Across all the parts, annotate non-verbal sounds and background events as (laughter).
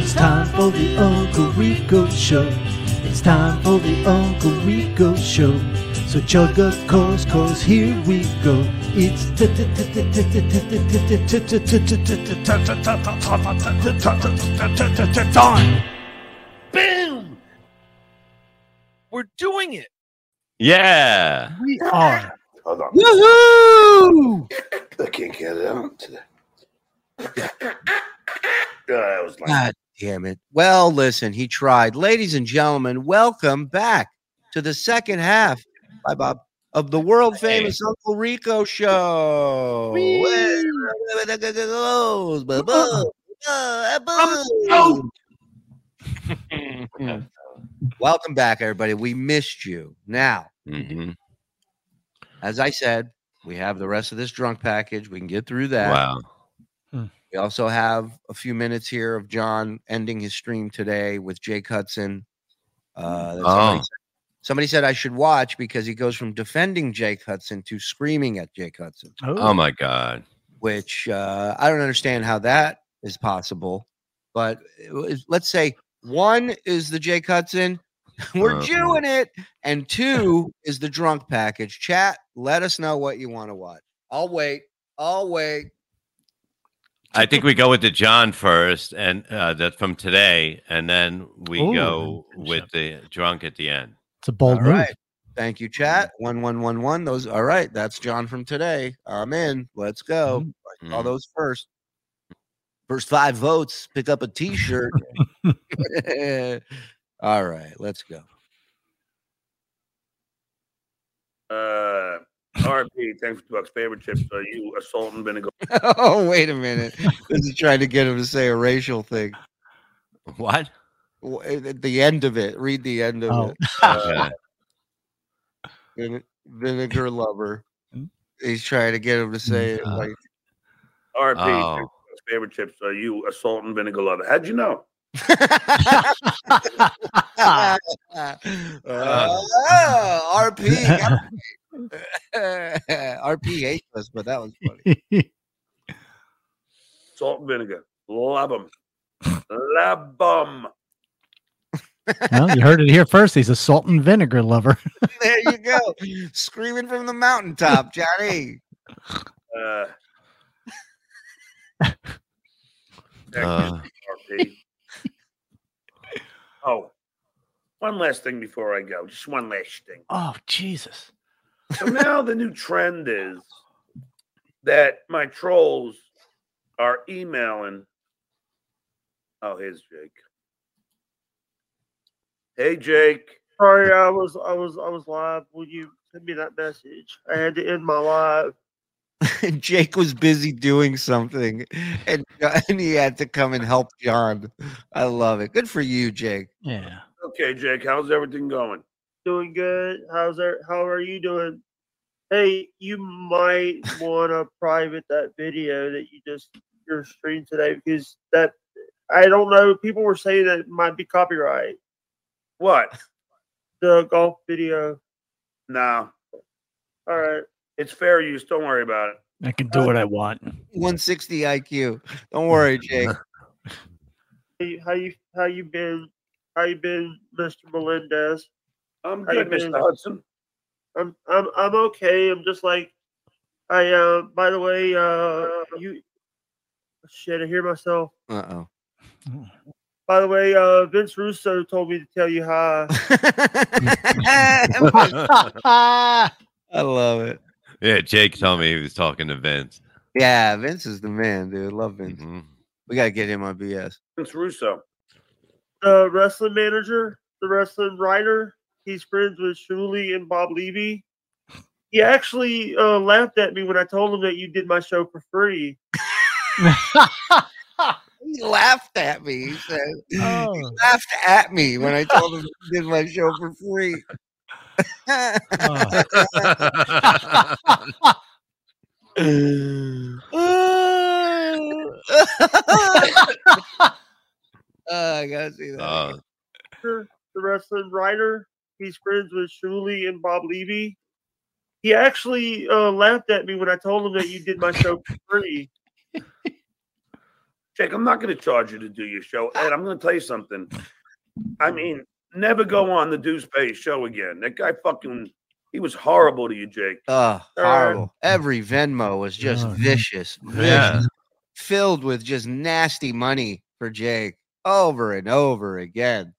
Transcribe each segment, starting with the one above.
It's time for the Uncle Rico Show. It's time for the Uncle Rico Show. So chug a course, course, here we go. It's the time. Boom! We're doing it. Yeah. We are. Hold on. Woohoo! I can't get it out today. (coughs) Yeah, that was like, God damn it. Well, listen, he tried. Ladies and gentlemen, welcome back to the second half. Bye, Bob. Of the world famous Uncle Rico show. Welcome back, everybody. We missed you. Now, Mhm. as I said, we have the rest of this drunk package. We can get through that. Wow. We also have a few minutes here of John ending his stream today with Jake Hudson. Uh, that Oh. somebody, said, somebody said I should watch because he goes from defending Jake Hudson to screaming at Jake Hudson, Oh my God. which uh, I don't understand how that is possible. But it was- let's say one is the Jake Hudson, (laughs) we're Uh-uh. doing it, and two is the drunk package. Chat, let us know what you want to watch. I'll wait. I'll wait. I think we go with the John first, and uh, that's from today, and then we Ooh, go good with the drunk at the end. It's a bold All move. right. Thank you, chat. One one one one. Those all right. That's John from today. I'm in. Let's go. All Mm. those first. First five votes. Pick up a t-shirt. (laughs) all right, let's go. (laughs) uh, RP, thanks for two bucks. Favorite chips are you, a salt and vinegar. oh, wait a minute. This is trying to get him to say a racial thing. (laughs) What? W- At the end of it. Read the end of Oh. it. Ah. Uh, Vine- vinegar lover. Hmm? He's trying to get him to say it Uh, like (laughs) RP, Oh. thanks for two bucks. favorite chips are you, a salt and vinegar lover. How'd you know? Uh, oh, RP. got me. (laughs) RP hates us, but that was funny. Salt and vinegar. Lab them. Lab them. well, you heard it here first. He's a salt and vinegar lover. (laughs) There you go. Screaming from the mountaintop, Johnny. (laughs) Uh, thank Uh, RP. oh, one last thing before I go. Just one last thing. Oh, Jesus. So now the new trend is that my trolls are emailing. Oh, here's Jake. Hey, Jake. Sorry, I was I was I was live when you sent me that message. I had to end my live. Jake was busy doing something, and, uh, (laughs) and he had to come and help John. I love it. Good for you, Jake. Yeah. Okay, Jake. How's everything going? Doing good. How's that? How are you doing? Hey, you might want to private that video that you just your stream today because that I don't know. People were saying that it might be copyright. What? The golf video. No, All right. it's fair use. Don't worry about it. I can do what I want. 160 IQ. Don't worry, (laughs) Jake. How you how you, how you been? How you been, Mister Melendez? I'm How you good, Mr. doing? Hudson. I'm I'm I'm okay. I'm just like I uh by the way, uh you shit, I hear myself. Uh oh. By the way, uh Vince Russo told me to tell you hi. (laughs) (laughs) I love it. uh, (laughs) yeah, Jake told me he was talking to Vince. Yeah, Vince is the man, dude. Love Vince. (laughs) Mhm. We gotta get him on BS. Vince Russo. The wrestling manager, the wrestling writer, he's friends with Shuli and Bob Levy. He actually uh, laughed at me when I told him that you did my show for free. He laughed at me. He said, he Oh. laughed at me when I told him he did my show for free. (laughs) Oh. Oh, I gotta see that. Uh, Uh, Oh, The wrestling writer, he's friends with Shuli and Bob Levy. He actually uh, laughed at me when I told him that you did my show for free. Jake, I'm not going to charge you to do your show. Ed, I'm going to tell you something. I mean, never go on the Deuce Bay show again. That guy fucking, he was horrible to you, Jake. Uh, Uh, horrible. Every Venmo was just God. vicious, vicious, Yeah. filled with just nasty money for Jake over and over again.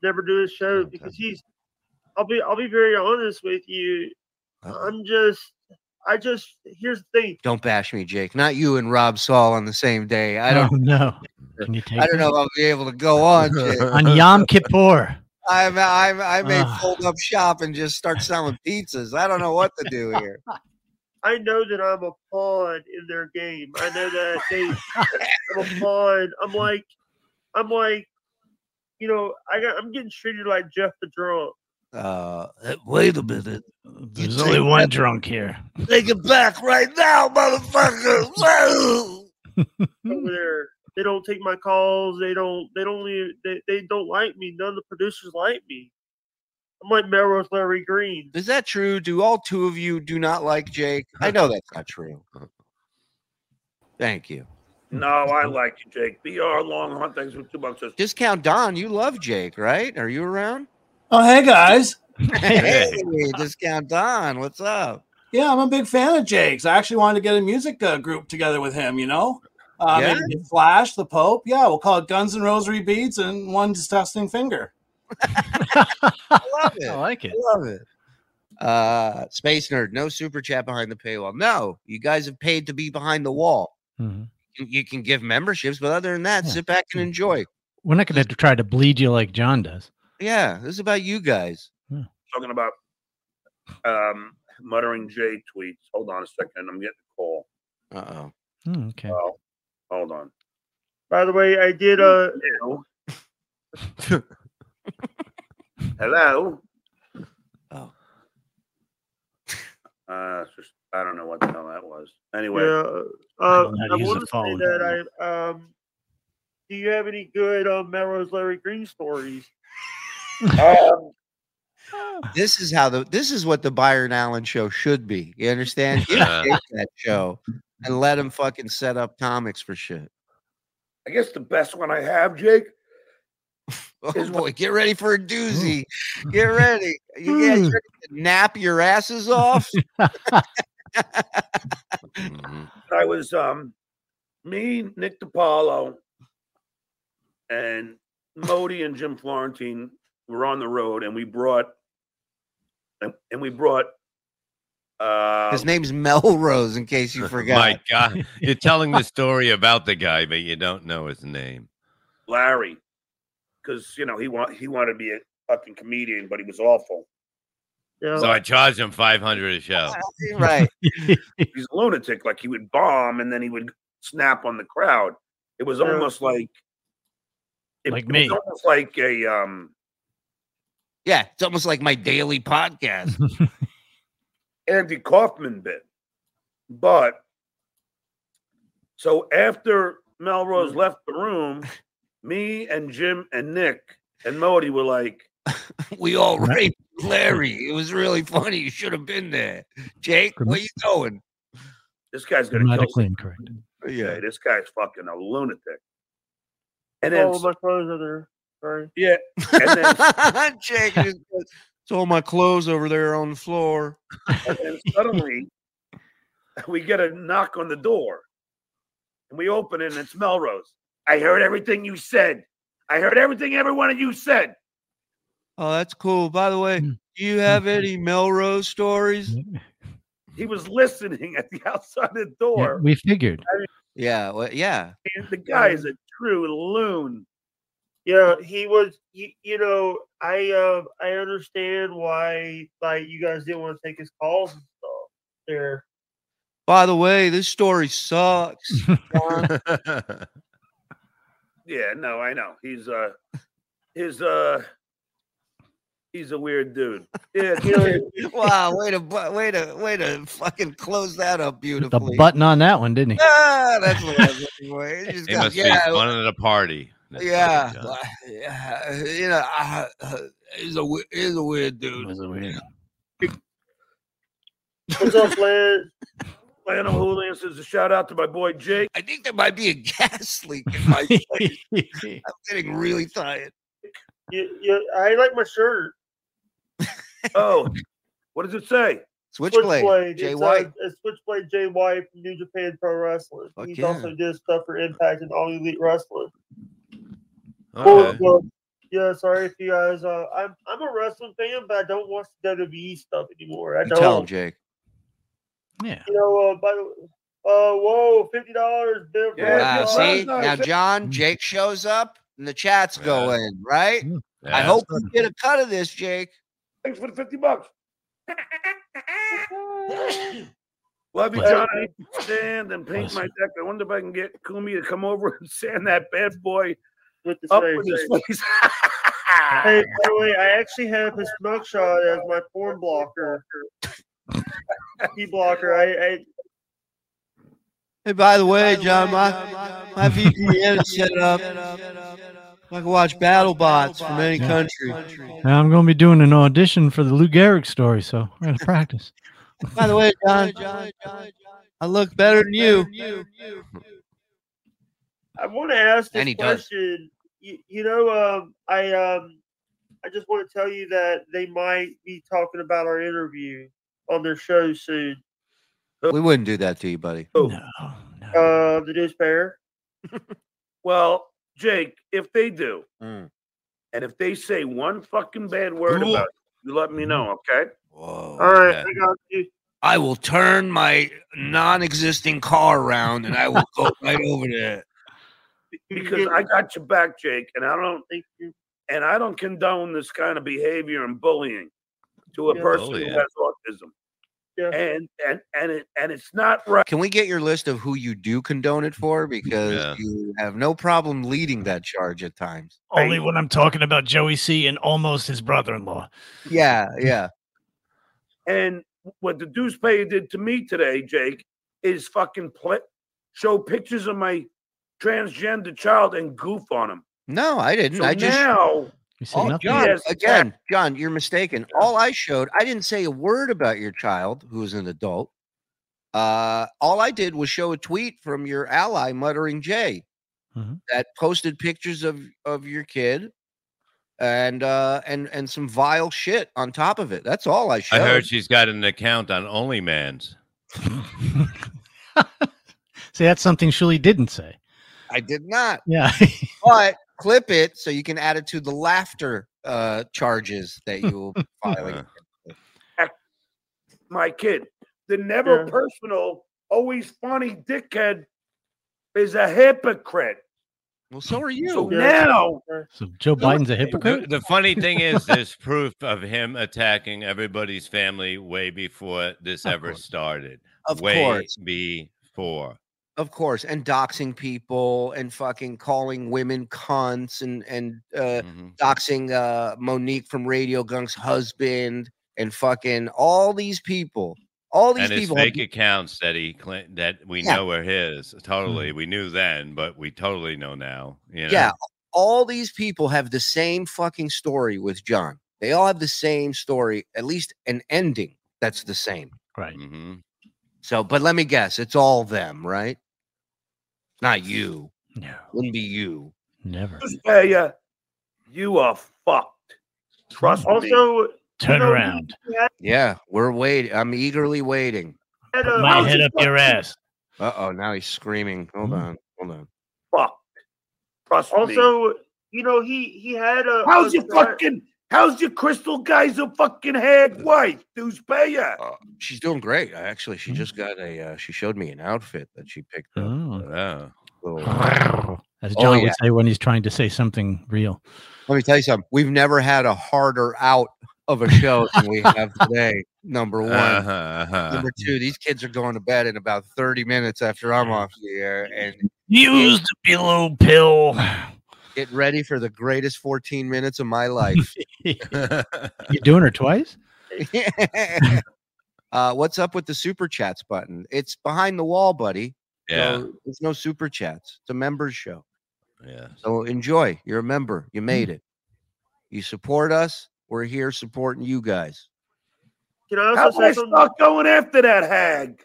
Never do his show Okay. because he's. I'll be. I'll be very honest with you. Uh, I'm just. I just. Here's the thing. Don't bash me, Jake. Not you and Rob Saul on the same day. I don't. oh, no. Can you (laughs) take I don't know if I'll be able to go on. (laughs) Jake. that? On Yom Kippur. I, I, I may Ah. fold up shop and just start selling pizzas. I don't know what to do here. I know that I'm a pawn in their game. I know that they I'm a pawn. I'm like I'm like you know, I got I'm getting treated like Jeff the drunk. Uh, wait a minute. There's take only that- one drunk (laughs) here. (laughs) Take it back right now, motherfucker. Whoa. over there. They don't take my calls. They don't. They don't. Even, they, they don't like me. None of the producers like me. I'm like Melrose Larry Green. Is that true? Do all two of you do not like Jake? I know that's not true. Thank you. No, I like you, Jake. BR Long Hunt, thanks for two bucks. Discount Don, you love Jake, right? Are you around? Oh, hey guys. Hey. (laughs) Hey, Discount Don, what's up? Yeah, I'm a big fan of Jake's. I actually wanted to get a music uh, group together with him, you know? Uh, Yeah? maybe Flash, the Pope. Yeah, we'll call it Guns and Rosary Beads and One Disgusting Finger. I love it. I I like it. love it. Uh, Space Nerd, no super chat behind the paywall. No, you guys have paid to be behind the wall. Mhm. You- You can give memberships, but other than that, Yeah. sit back and enjoy. We're not going to try to bleed you like John does. Yeah, this is about you guys. Talking about um, muttering J tweets. Hold on a second. I'm getting a call. Uh oh. Hmm, okay. Oh, hold on. By the way, I Hmm. did uh, a. Hello. Hello. Oh. (laughs) Uh, it's just I don't know what the hell that was. Anyway, Uh, I uh, don't know how I to use want a to say phone. that I. Um, do you have any good um, Melrose Larry Green stories? um, This is how the this is what the Byron Allen show should be. You understand? Give Yeah. Jake that show and let him fucking set up comics for shit. (laughs) I guess the best one I have, Jake. Oh Here's what- boy, get ready for a doozy. (laughs) Get ready. You guys ready to nap your asses off? Mhm. I was um me, Nick DiPaolo, and Modi and Jim Florentine were on the road, and we brought and, and we brought uh His name's Melrose, in case you forgot. (laughs) My God, (laughs) (laughs) you're telling the story about the guy, but you don't know his name. Larry because you know he want he wanted to be a fucking comedian, but he was awful. Yeah. So I charged him five hundred a (laughs) show. Right. He's a lunatic. Like he would bomb, and then he would snap on the crowd. It was Yeah. almost like it, Like it was me. almost like a um. Yeah. It's almost like my daily podcast. (laughs) Andy Kaufman bit. But so after Mm. Melrose left the room, me and Jim and Nick and Modi were like, We all raped Larry. It was really funny. You should have been there. Jake, where you going? this guy's gonna kill Grammatically incorrect. (laughs) somebody. This guy's fucking a lunatic. And then All of my clothes are there. Sorry. yeah, and then, Jake just goes, it's all my clothes over there on the floor. and then suddenly we get a knock on the door. And we open it and it's Melrose. I heard everything you said. I heard everything every one of you said. Oh, that's cool. By the way, Hmm. do you have any Melrose stories? He was listening at the (laughs) outside of the Yeah, door. we figured. Yeah, well, yeah. And the (laughs) guy is a true loon. Yeah, he was. You, you know, I uh, I understand why like you guys didn't want to take his calls and stuff. There, By the way, this story sucks. John. Yeah, no, I know. He's uh he's uh he's a weird dude. (laughs) Yeah, it's you (laughs) know, okay. it- wow, way to bu- way to way to fucking close that up Hit beautifully. Oh, The button on that one, didn't he? Ah, that's what I was looking for. He just He got- must yeah, be fun at a party. That's Yeah, Elton John. but, yeah, you know, I, he's a we- he's a weird dude. That's (laughs) weird. What's up, Lance? Lana Julian says a shout out to my boy Jake. I think there might be a gas leak (laughs) in my. place. I'm getting really tired. You, you, I like my shirt. Oh, what does it say? Switchblade, Jay It's, White. Uh, it's Switchblade Jay White from New Japan Pro Wrestling. Fuck He's yeah. also did stuff for Impact and All Elite Wrestling. All right. Well, yeah, sorry if you guys. Uh, I'm I'm a wrestling fan, but I don't watch the WWE stuff anymore. I You don't. tell him, Jake. Yeah. You know, uh, by the way, uh, whoa, fifty dollars, Bill. Yeah, Wow, yeah, see that's not now, fair. John, Jake shows up and the chat's Yeah. going right. I Yeah. hope you get a cut of this, Jake. Thanks for the (laughs) 50 bucks. Love you, John. I need to sand and paint my deck. I wonder if I can get Kumi to come over and sand that bad boy With the Oh, up same with thing. his face. (laughs) Hey, by the way, I actually have his smoke shot as my porn blocker. Key blocker. I, I Hey, by the way, John, my my VPN is set up. I can watch battle bots from any Yeah. country. Now I'm going to be doing an audition for the Lou Gehrig story, so we're going to (laughs) practice. By the way, John, I look better than you. I want to ask this And he does. question. You, you know, um, I um, I just want to tell you that they might be talking about our interview on their show soon. We wouldn't do that to you, buddy. Oh. No, no. Uh, the news pair. well, Jake, if they do, Mm. and if they say one fucking bad word Ooh. about you, you let Mm-hmm. me know, (laughs) okay? Oh, Whoa. All right, Yeah. I got you. I will turn my non-existing car around and I will (laughs) go right over there. Because I got your back, Jake, and I don't think you and I don't condone this kind of behavior and bullying to a Yeah. person Bullying. who has autism. Yeah. And and and it, and it's not right. Can we get your list of who you do condone it for? Because Yeah. you have no problem leading that charge at times. Only when I'm talking about Joey C and almost his brother-in-law. Yeah, yeah. And what the deuce payer did to me today, Jake, is fucking pla show pictures of my transgender child and goof on him. (laughs) No, I didn't. So I just now You see Oh, nothing. John, Yes, again, John, you're mistaken. All I showed, I didn't say a word about your child who is an adult. Uh, all I did was show a tweet from your ally, Muttering Jay, Mhm. that posted pictures of of your kid and uh and and some vile shit on top of it. That's all I I showed. heard she's got an account on OnlyMans. (laughs) See, that's something Shuli didn't say. I did not. Yeah. But clip it so you can add it to the laughter uh charges (laughs) that you will be filing. my kid, the never Yeah. personal, always funny dickhead is a hypocrite. Well, so are So you. Yeah. now so Joe Biden's a hypocrite. The the funny thing is, there's proof of him attacking everybody's family way before this Of ever course. started. Of way course. before. Of course, and doxing people and fucking calling women cunts and and uh, Mhm. doxing uh, Monique from Radio Gunk's husband and fucking all these people, all these And his people. fake accounts that he claimed that we Yeah. know are his. Totally, we knew then, but we totally know now. You know? Yeah, all these people have the same fucking story with John. They all have the same story, at least an ending that's the same. Right. hmm So, but let me guess, it's all them, right? Not you. No, Wouldn't be you. never. deuce payer, you are fucked. Trust me. Also, Turn know, around. Yeah, we're waiting. I'm eagerly waiting. had Put a- my head up your ass. Uh oh, now he's screaming. Hold Hmm. on, hold on. fucked. Trust me. also, uh, you know, he he had a. How's a your start- fucking how's your crystal geyser fucking haired wife, Deuce Payer? She's doing great. I actually, she just got a. Uh, she showed me an outfit that she picked up. Oh. Yeah. Little- As Oh, John yeah. would say when he's trying to say something real. Let me tell you something. We've never had a harder out of a show than we have today. Number one. Uh-huh, (laughs) uh-huh. Number two, these kids are going to bed in about 30 minutes after I'm off the air and Use the pillow pill. (sighs) get ready for the greatest 14 minutes of my life. You're doing her twice? (laughs) uh, what's up with the super chats button? It's behind the wall, buddy. (laughs) yeah. So there's no super chats. It's a members show. Yeah. So enjoy. You're a member. You made it. You support us. We're here supporting you guys. Can I How also can I say something? stop going after that hag?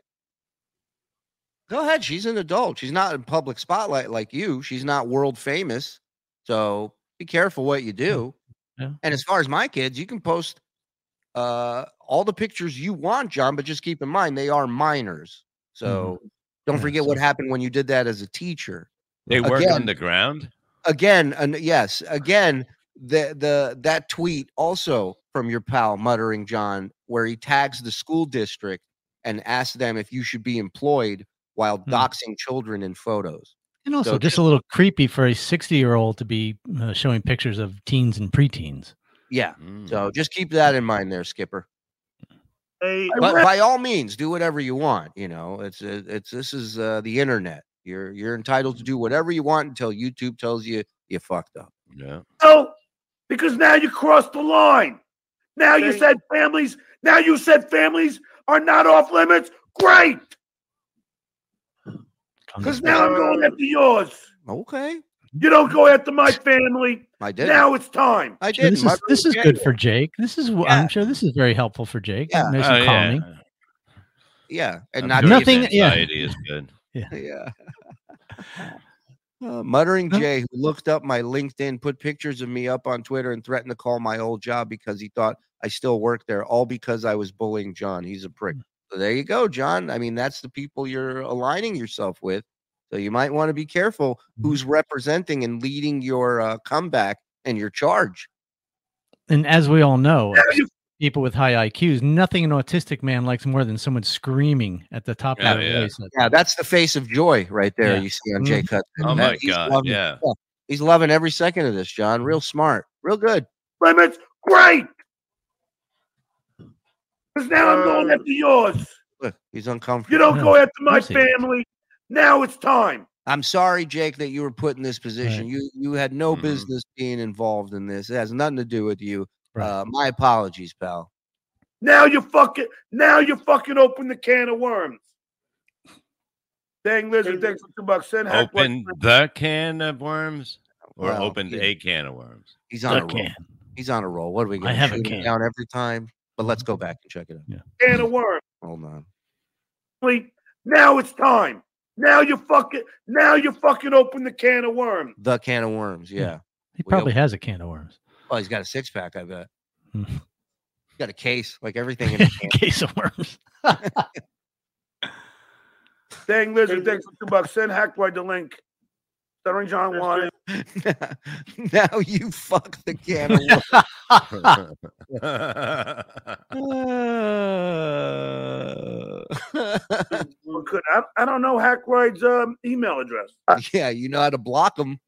Go ahead. She's an adult. She's not in public spotlight like you. She's not world famous. So be careful what you Mm, do. Yeah. And as far as my kids, you can post uh, all the pictures you want, John, but just keep in mind they are minors. So don't Mm-hmm. Yeah, forget so- what happened when you did that as a teacher. They work Again. on the ground. again and yes again the the that tweet also from your pal muttering john where he tags the school district and asks them if you should be employed while Hmm. doxing children in photos And also, So just a little creepy for a 60 year old to be uh, showing pictures of teens and preteens. yeah Mm. so just keep that in mind there skipper Hey, I but read- by all means do whatever you want you know it's it- it's this is uh, the internet you're you're entitled to do whatever you want until youtube tells you you fucked up yeah. No, because now you crossed the line. Now you They- said families. Now you said families are not off limits. Great, because now I'm going after yours. okay You don't go after my family. i did Now it's time. i did Sure, this is this is good for Jake. This is wh- Yeah. I'm sure this is very helpful for Jake. Yeah. Nice Oh, and yeah. calming. yeah and I'm not sure to his Nothing- yeah. Anxiety is good. (laughs) yeah. Uh, muttering Huh? Jay, who looked up my LinkedIn, put pictures of me up on Twitter and threatened to call my old job because he thought I still worked there, all because I was bullying John. He's a prick. So there you go, John. I mean, that's the people you're aligning yourself with. So you might want to be careful who's representing and leading your uh, comeback and your charge. And as we all know, Now you people with high IQs, nothing an autistic man likes more than someone screaming at the top Yeah, of their yeah. voice. like, Yeah, that's the face of joy right there. Yeah. You see on Jay Cutler. Oh That- my he's god. loving- Yeah. he's loving every second of this, John. Real smart, real good. limits. Great, because now I'm going after yours. Look, he's uncomfortable. You don't go after my course he is. family. Now it's time. I'm sorry, Jake, that you were put in this position. Right. Mm-hmm. You you had no Mhm. business being involved in this. It has nothing to do with you. Right. Uh, my apologies, pal. Now you fucking now you fucking open the can of worms. Dang lizard, thanks for two bucks. Send hack what- Open the can of worms or Well, opened yeah. a can of (laughs) worms. He's on a roll. "Can." He's on a roll. What are we going have a can. Mm-hmm. down every time? But let's go back and check it out. can of worms. Hold on. Please. Now it's time. Now you fucking now you fucking open the can of worms. The can of worms. Yeah. He We probably open- has a can of worms. Oh, he's got a six pack. I bet. Hmm. he's got a case like everything in the can. Case of worms. Dang lizard, thanks for two bucks. Send Hackwide the link. Stuttering John wanted. (laughs) (laughs) now you fuck the can of worms. Uh, Could I, I don't know Hackwide's um, email address. Uh, (laughs) yeah, you know how to block them.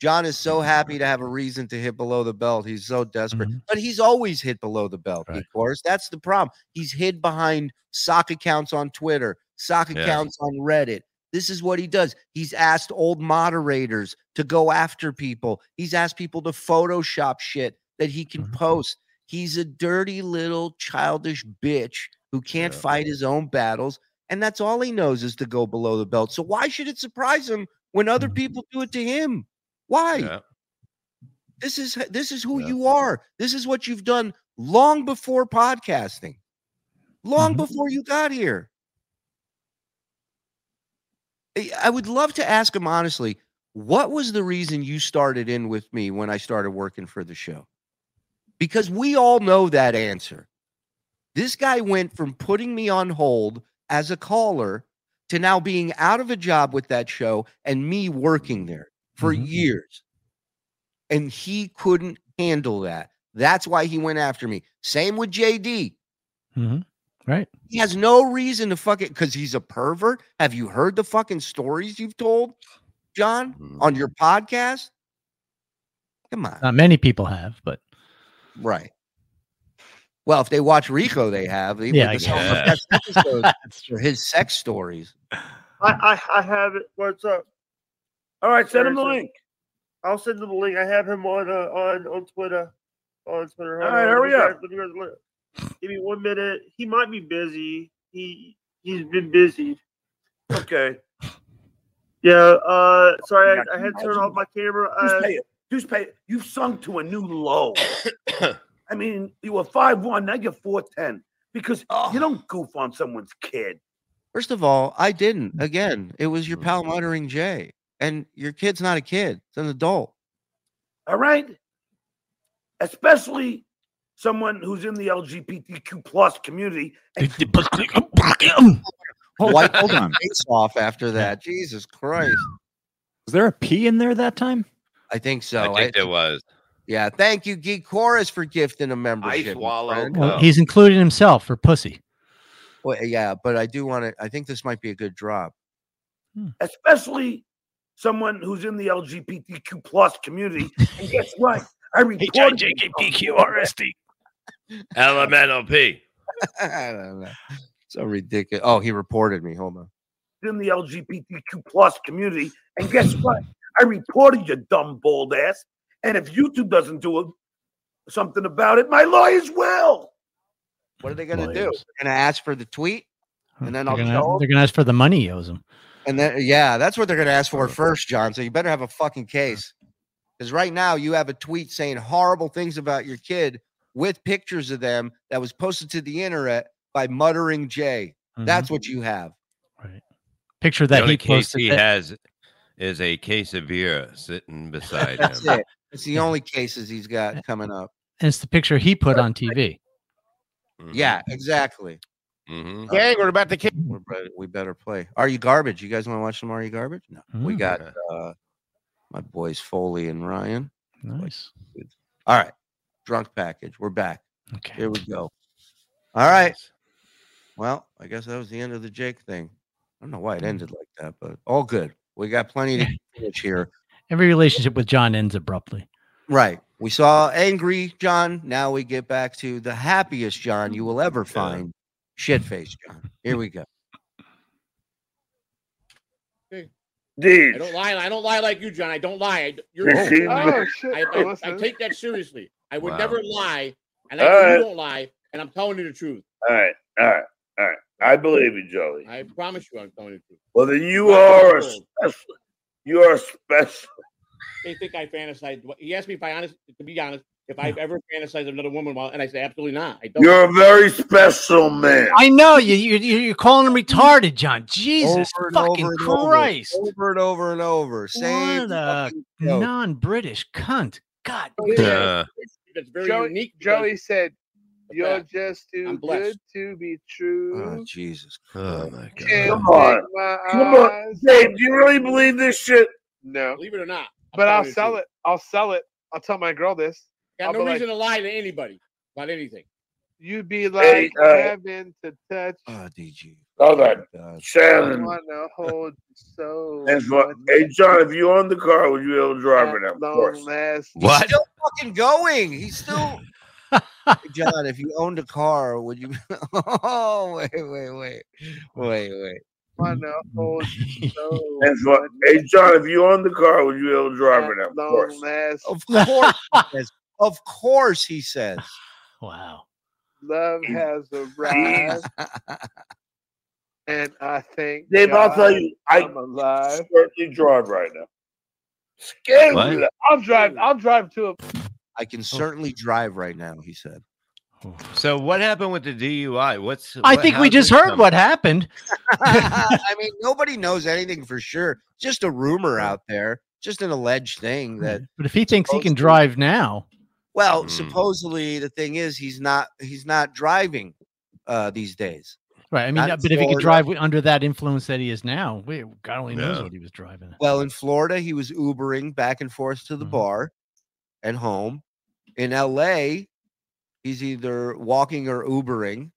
John is Mm-hmm. so happy to have a reason to hit below the belt. He's so desperate, Mhm. but he's always hit below the belt. Right. Of course, that's the problem. He's hid behind sock accounts on Twitter, sock Yeah. accounts on Reddit. This is what he does. He's asked old moderators to go after people. He's asked people to Photoshop shit that he can Mm-hmm. Mhm. post. He's a dirty little childish bitch who can't Yeah. fight his own battles. And that's all he knows is to go below the belt. So why should it surprise him when other Mhm. people do it to him? Why? Mm-hmm. Yeah. This is h- this is who Yeah. you are. This is what you've done long before podcasting. Long Mhm. Mm-hmm. before you got here. I- I would love to ask him honestly, what was the reason you started in with me when I started working for the show? Because we all know that answer. This guy went from putting me on hold as a caller to now being out of a job with that show and me working there for Mhm. years. And he couldn't handle that. That's why he went after me. Same with JD. hmm Right. He has no reason to fuck it because he's a pervert. Have you heard the fucking stories you've told, John, on your podcast? Come on. Not many people have, but Right. Well, if they watch Rico, they have. They- Yeah, I this is one of guess. the best (laughs) episodes that's for his sex stories. I, I, I have it. What's up? All right, send him the Seriously. link. I'll send them the link. I have him on uh, on on Twitter. On Twitter. Hold All right, on. hurry Let me up. guys- let me guys look. Give me one minute. He might be busy. He he's been busy. Okay. Yeah. Uh, sorry, Yeah, I, I had to turn off my camera. Who's (laughs) Uh, paying? Who's paying? You've sunk to a (coughs) new low. I mean, you were five one, now you're four ten. Because you don't goof on someone's kid. First of all, I didn't. Mm. Again, it was your pal muttering Jay, and your kid's not a kid; it's an adult. All right. Especially someone who's in the LGBTQ plus community. Oh, I pulled my face off after that. Jesus Christ! Was there a P in there that time? I think so. I eh? I- think there was. yeah, thank you, Geek Chorus, for gifting a membership. my swallow friend. Well, Oh. He's including himself for pussy. Well, yeah, but I do want to. I think this might be a good drop. (laughs) Especially someone who's in the LGBTQ plus community. And (laughs) guess what? I reported. Elemental P. I don't know. So ridiculous. Oh, he reported me. Hold on. in the LGBTQ plus community. And guess what? I reported your dumb bald ass. And if YouTube doesn't do a- something about it, my lawyers will. What are they gonna do? Lawyers. They're gonna ask for the tweet, and then they're I'll gonna, show 'em? they're gonna ask for the money he owes him. and then yeah, that's what they're gonna ask for first, John. So you better have a fucking case, because right now you have a tweet saying horrible things about your kid with pictures of them that was posted to the internet by muttering Jay. Mhm. That's what you have. picture The that only he case posted. he that- has is a case of beer sitting (laughs) beside That's him. it. It's the only cases he's got coming up. and it's the picture he put on TV. Mm-hmm. Yeah, exactly. hmm Gang, (laughs) we're about to kick. We're better, we better play. Are you garbage? You guys want to watch some Are You Garbage? No, we Mm. got (laughs) uh, my boys Foley and Ryan. Nice. All right, drunk package. We're back. Okay. Here we go. All right. Well, I guess that was the end of the Jake thing. I don't know Mm. why it ended like that, but all good. We got plenty (laughs) to finish here. Every relationship with John ends abruptly. Right. We saw angry John. Now we get back to the happiest John you will ever find. Shit face John. Here we go. Dude, I don't lie. I don't lie like you, John. I don't lie. I, you're, This seems- I, Oh, shit. I- I take that seriously. I would Wow. never lie, and I All know right. you don't lie, and I'm telling you the truth. all right, all right, all right. I believe you, Joey. I promise you, I'm telling you the truth. Well, then you I are a will. special. You are a special. They think I fantasize. He asked me if I honest, to be honest, if I've ever fantasized another woman while, and I said absolutely not. I don't. You're a very special man. I know you. You you- you're calling him retarded, John. Jesus Over and fucking over and over. Christ! Over and over and over. Same. What a fucking joke. non-British cunt. God. Uh, That's very Joey- unique. because Joey said, of "You're that. just I'm too blessed. good to be Oh, true." Jesus. oh my god. Can't Come on. take my Come on, eyes Dave, do you really believe this shit? No, Believe it or not, I'm but I'll telling you the sell truth. it. I'll sell it. I'll tell my girl this. I'll Got be no like- reason to lie to anybody about anything. You'd be Hey, like uh, having to touch. Oh, DG. All right, I Shannon. wanna hold you so. That's what. much. Hey, John, if you own the car, would you be able to drive it? At Of long course. last, What? Still fucking going. He's still. John, if you owned a car, would you? (laughs) oh, wait, wait, wait, wait, wait. wanna hold you so. That's what. Hey, John, if you own the car, would you be able to drive it? At Of long course. last, (laughs) Of course, he says. Of course, he says. Wow. love has arrived, and I think Dave, I'll tell you, I I'm alive. certainly drive right now. Scared What? me. like- I'll drive. I'll drive to a I can certainly drive right now. He said. So what happened with the DUI? What's I what- think how we did just it heard come- what happened. I mean, nobody knows anything for sure. Just a rumor out there. Just an alleged thing that But if he thinks he can supposed to. drive now, Well, Mm. supposedly the thing is he's not he's not driving uh these days. right? I mean, Not but if he could Florida. drive wi- under that influence that he is now, we, God only knows Yeah. what he was driving. Well, in Florida, he was Ubering back and forth to the Mhm. bar and home. In LA, he's either walking or Ubering,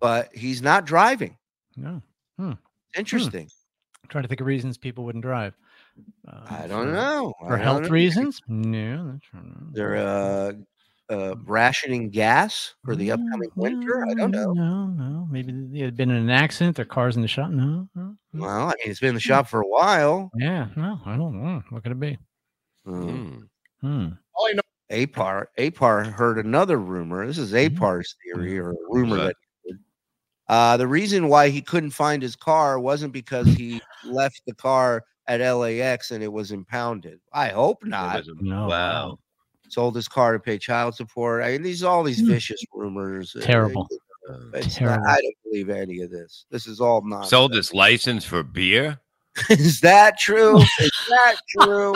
but he's not driving. Hmm. No, Hmm. Interesting. I'm trying to think of reasons people wouldn't drive. Uh, I don't for- know. I For don't health know. reasons? Hmm. No, that's right. They're uh uh rationing gas for the upcoming Mm, winter. I don't know. No, no. Maybe they had been in an accident. Their car's in the shop. No, no. no. Well, I mean, it's been in Hmm. the shop for a while. Yeah, no, I don't know. What could it be? Mm. Mm. Hmm. All I know, Apar Apar heard another rumor. This is Mhm. Apar's theory or a rumor that? that Uh, the reason why he couldn't find his car wasn't because he left the car at LAX and it was impounded. I hope not. Wow. Sold his car to pay child support. I mean, these all these vicious rumors. Uh, Terrible. It's Terrible. Not, I don't believe any of this. This is all nonsense. Sold his license for beer. (laughs) Is that true? Is that true?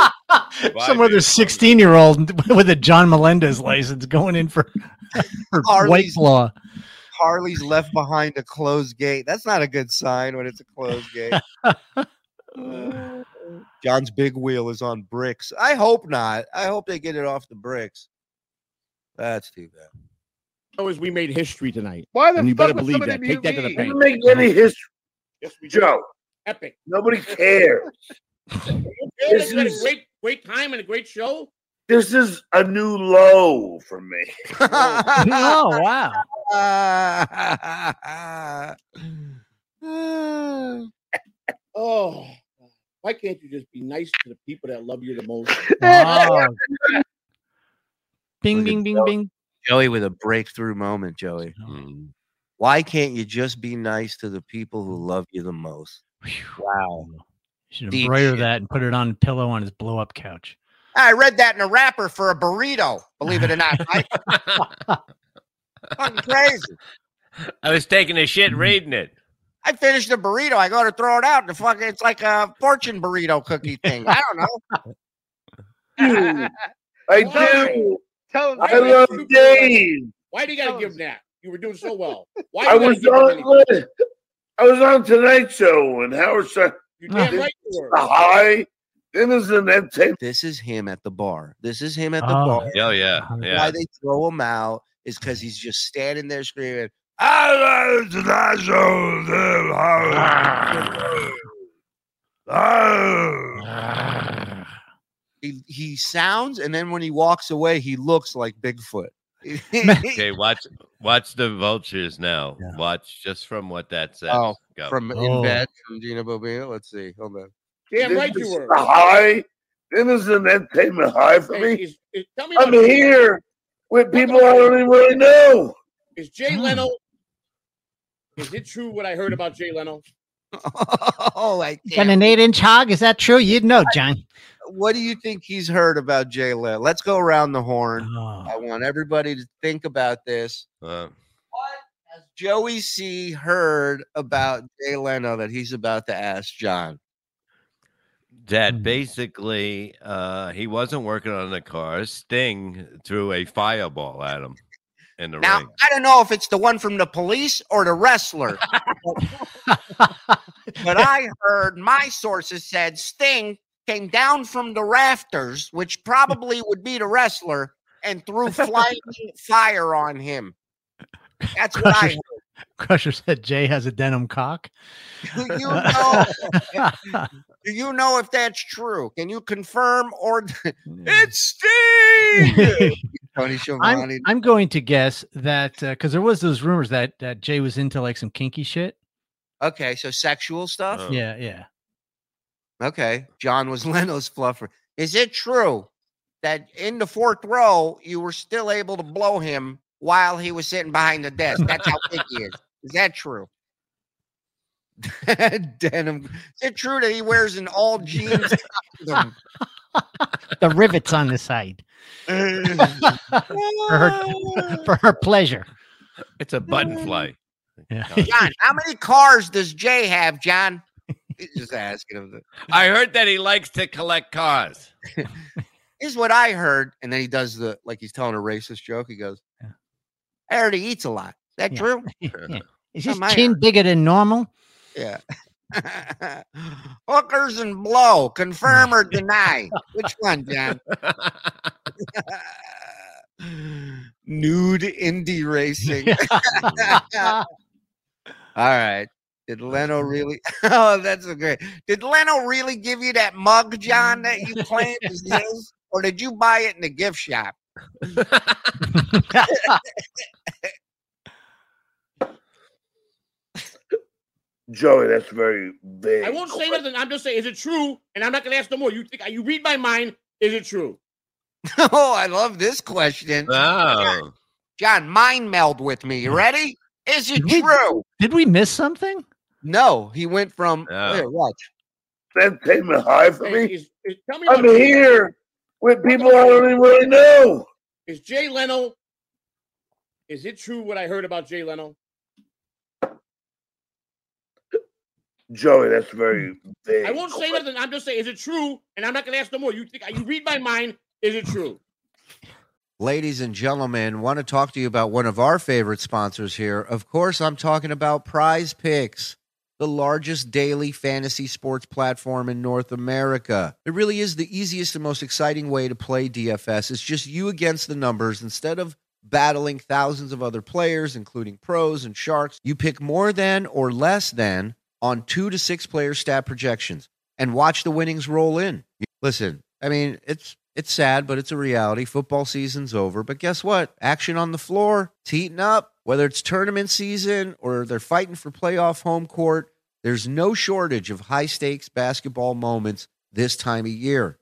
Somewhere there's 16 year old (laughs) with a John Melendez license going in (laughs) for, (laughs) for White Harley's- (laughs) Claw. Harley's left behind a closed gate. That's not a good sign when it's a closed gate. John's big wheel is on bricks. I hope not. I hope they get it off the bricks. That's too (laughs) bad. know is we made history tonight. Why the and you fuck better was believe some of that. them Take that to the UV? bank. We Make any history, Yes, we did. Joe. Epic. Nobody cares. It's This been a is- great, great time and a great show. This is a new low for me. oh, wow. Oh, why can't you just be nice to the people that love you the most? Wow. bing, bing, bing, bing. Joey with a breakthrough moment, Joey. Mm. Why can't you just be nice to the people who love you the most? Wow. Should Deep embroider that and put it on a pillow on his blow up couch. I read that in a wrapper for a burrito, believe it or not. Mike. Fucking crazy. I was taking a shit reading it. I finished the burrito. I go to throw it out. and The fucking it's like a fortune burrito cookie thing. I don't know. I do. (laughs) Tell him. I love Dave. Why do you got to give them that? You were doing so well. Why I do you gotta was give them on. anything? listen, I was on Tonight Show, and Howard said, You damn right you "The were. high." Then is an entertainment. This is him at the bar. This is him at the Oh. bar. Oh yeah, Why (laughs) yeah. they throw him out is because he's just standing there screaming. I love the nice old damn house. Oh. He, he sounds, and then when he walks away, he looks like Bigfoot. (laughs) Okay, watch watch the vultures now. Watch just from what that says. Oh, Go. from in Oh. bed from Gina Bobina. Let's see. Hold on. (laughs) Damn This right you is were. The high. Then is an entertainment high for Hey, me. is- is- tell me I'm about- here with people I don't even really know. Is Jay Hmm. Leno? Is it true what I heard about Jay Leno? oh, I Got an eight inch hog. Is that true? You'd know, (laughs) John. what do you think he's heard about Jay Leno? Let's go around the horn. Oh. I want everybody to think about this. Uh, Has Joey C heard about Jay Leno that he's about to ask John? that basically uh, he wasn't working on the car. Sting threw a fireball at him in the Now, ring. I don't know if it's the one from the police or the wrestler, but I (laughs) heard my sources said Sting came down from the rafters, which probably would be the wrestler, and threw flying fire on him. That's what I Crusher said Jay has a denim cock. heard. Do you know? (laughs) Do you know if that's true? Can you confirm or (laughs) it's Sting? Tony Schiavone. I'm, I'm going to guess that because there was those rumors that that Jay was into like some kinky shit. Okay, so sexual stuff. Uh, Yeah, yeah. Okay, John was (laughs) Leno's fluffer. Is it true that in the fourth row you were still able to blow him while he was sitting behind the desk? That's how big he is. Is that true? (laughs) Denim. Is it true that he wears an all jeans? condom? The rivets on the side (laughs) for her for her pleasure. It's a button fly. Yeah. (laughs) John, how many cars does Jay have, John? He's Just asking him. that. I heard that he likes to collect cars. (laughs) Here's what I heard, and then he does the like he's telling a racist joke. He goes, Yeah. "I heard he eats a lot. Is that Yeah. (laughs) true?" Yeah. (laughs) Oh, Is his Am I- chin bigger than normal? Yeah. (laughs) Hookers and blow, confirm or deny. Which one, John? (laughs) Nude indie racing. (laughs) All right. Did Leno really? (laughs) Oh, that's a great. Did Leno really give you that mug, John, (laughs) that you claim is his? Or did you buy it in the gift shop? (laughs) Joey, that's very vague. I won't say nothing. I'm just saying, is it true? And I'm not going to ask no more. You think you read my mind? Is it true? oh, I love this question. Oh, John, mind meld with me. You ready? Is it true? Did we miss something? No, he went from here, watch. That came high for Hey, me. is, is, tell me I'm about- here with people I don't even really know. Is Jay Leno? Is it true what I heard about Jay Leno? Joey, that's very vague. I won't say nothing. I'm just saying, is it true? And I'm not going to ask no more. You think you read my mind? Is it true? Ladies and gentlemen, want to talk to you about one of our favorite sponsors here. Of course, I'm talking about Prize Picks, the largest daily fantasy sports platform in North America. It really is the easiest and most exciting way to play DFS. It's just you against the numbers instead of battling thousands of other players, including pros and sharks. You pick more than or less than on two to six player stat projections and watch the winnings roll in. Listen, I mean, it's it's sad, but it's a reality. Football season's over, but guess what? Action on the floor, it's heating up. Whether it's tournament season or they're fighting for playoff home court, there's no shortage of high stakes basketball moments this time of year.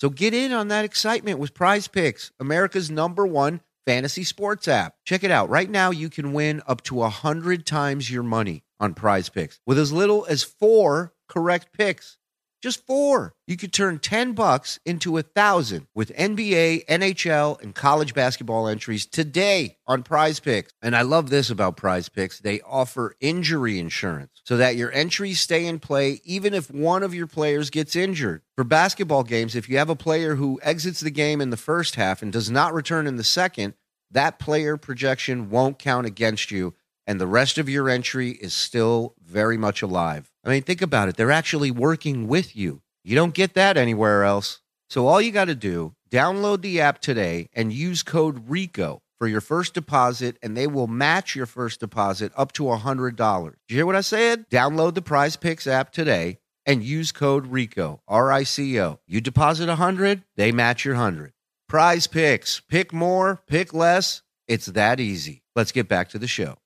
So get in on that excitement with Prize Picks, America's number one fantasy sports app. Check it out. Right now, you can win up to 100 times your money on Prize Picks with as little as four correct picks. Just four. You could turn 10 bucks into a thousand with NBA, NHL, and college basketball entries today on Prize Picks. And I love this about Prize Picks. They offer injury insurance so that your entries stay in play even if one of your players gets injured. For basketball games, if you have a player who exits the game in the first half and does not return in the second, that player projection won't count against you and the rest of your entry is still very much alive. I mean, think about it. They're actually working with you. You don't get that anywhere else. So all you got to do, download the app today and use code RICO for your first deposit and they will match your first deposit up to $100. Did you hear what I said? Download the Prize Picks app today and use code RICO, R I C O. You deposit 100, they match your 100. Prize Picks, pick more, pick less. It's that easy. Let's get back to the show.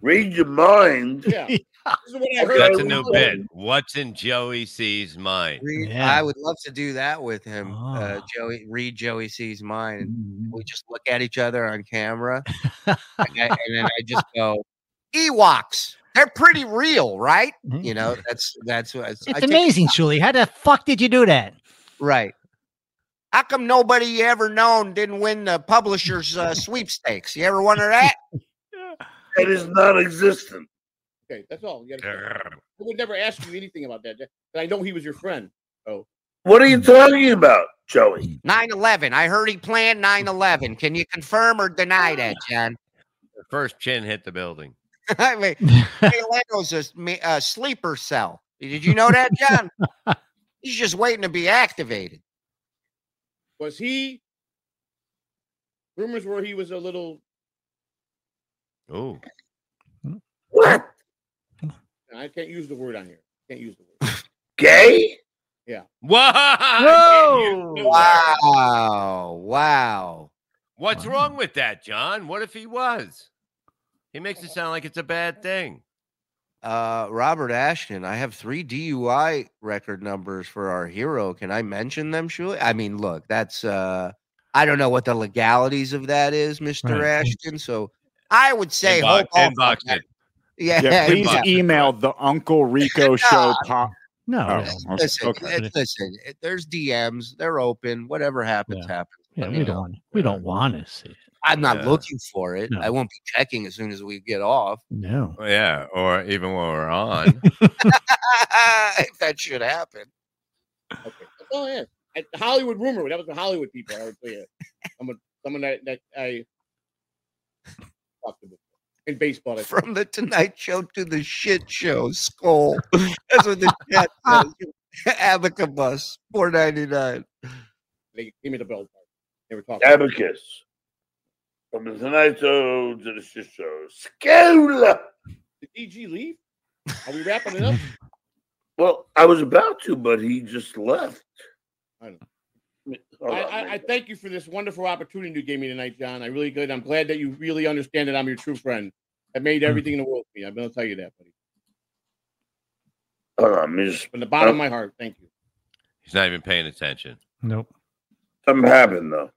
Read your mind. Yeah. this is what I heard. That's a new bit. What's in Joey C's mind? Read, I would love to do that with him. Uh, Ah. Joey, read Joey sees mine, and Mm-hmm. we just look at each other on camera, and, I- and then I (laughs) just go, "Ewoks, they're pretty real, right?" (laughs) You know, that's that's what Mm-hmm. It's amazing, Shuli. How the fuck did you do that? right? How come nobody you ever known didn't win the publisher's uh, sweepstakes? You (laughs) ever wonder that? It is non-existent. Okay, that's all. You gotta say. I would never ask you anything about that. But I know he was your friend. So What are you talking about, Hmm. Joey? 9-11. I heard he planned 9-11. Can you confirm or (laughs) deny that, John? (laughs) First chin hit the building. I mean, Jay Leno's a, s- me- a sleeper cell. Did you know that, John? He's just waiting to be activated. was he? Rumors were he was a little. Oh, What? I can't use the word on here. Can't use the word. Gay? Yeah. Whoa! Wow. Wow. What's wrong with that, John? What if he was? He makes it sound like it's a bad thing. Uh, Robert Ashton, I have three DUI record numbers for our hero. Can I mention them, Shuli? I mean, look, that's uh I don't know what the legalities of that is, Mr. Right. Ashton. So I would say Inbox, hold off on inbox that. (laughs) it. Yeah, please yeah. email the Uncle Rico Show. Pop. (laughs) No. Oh, okay. Listen, okay. it- listen. it- there's DMs. They're open. Whatever happens, happens. Yeah, Let we me don't know. want we don't want to see it. I'm not Yeah. looking for it. No. I won't be checking as soon as we (laughs) get off. No. Oh, yeah, or even when (laughs) we're on. if that should happen. That's all I am. I- Hollywood rumor. That was the Hollywood people. I would tell you. Someone, someone that, that I talked to before. in baseball. That's From the Tonight Show to the Shit Show, skull. That's what the chat (laughs) says. Abacabus, four ninety nine. They gave me the bell. part. They were talking. Abacus. From the Tonight Show to the Shit Show. Scola. Did DG leave? Are we wrapping it up? Well, I was about to, but he just left. I know. I, Hold on, I, I thank you for this wonderful opportunity you gave me tonight, John. I really good. I'm glad that you really understand that I'm your true friend. That made Mm-hmm. everything in the world for me. I'm gonna tell you that, buddy. hold on, I'm just, From the bottom of my heart, thank you. He's not even paying attention. Nope. something happened though.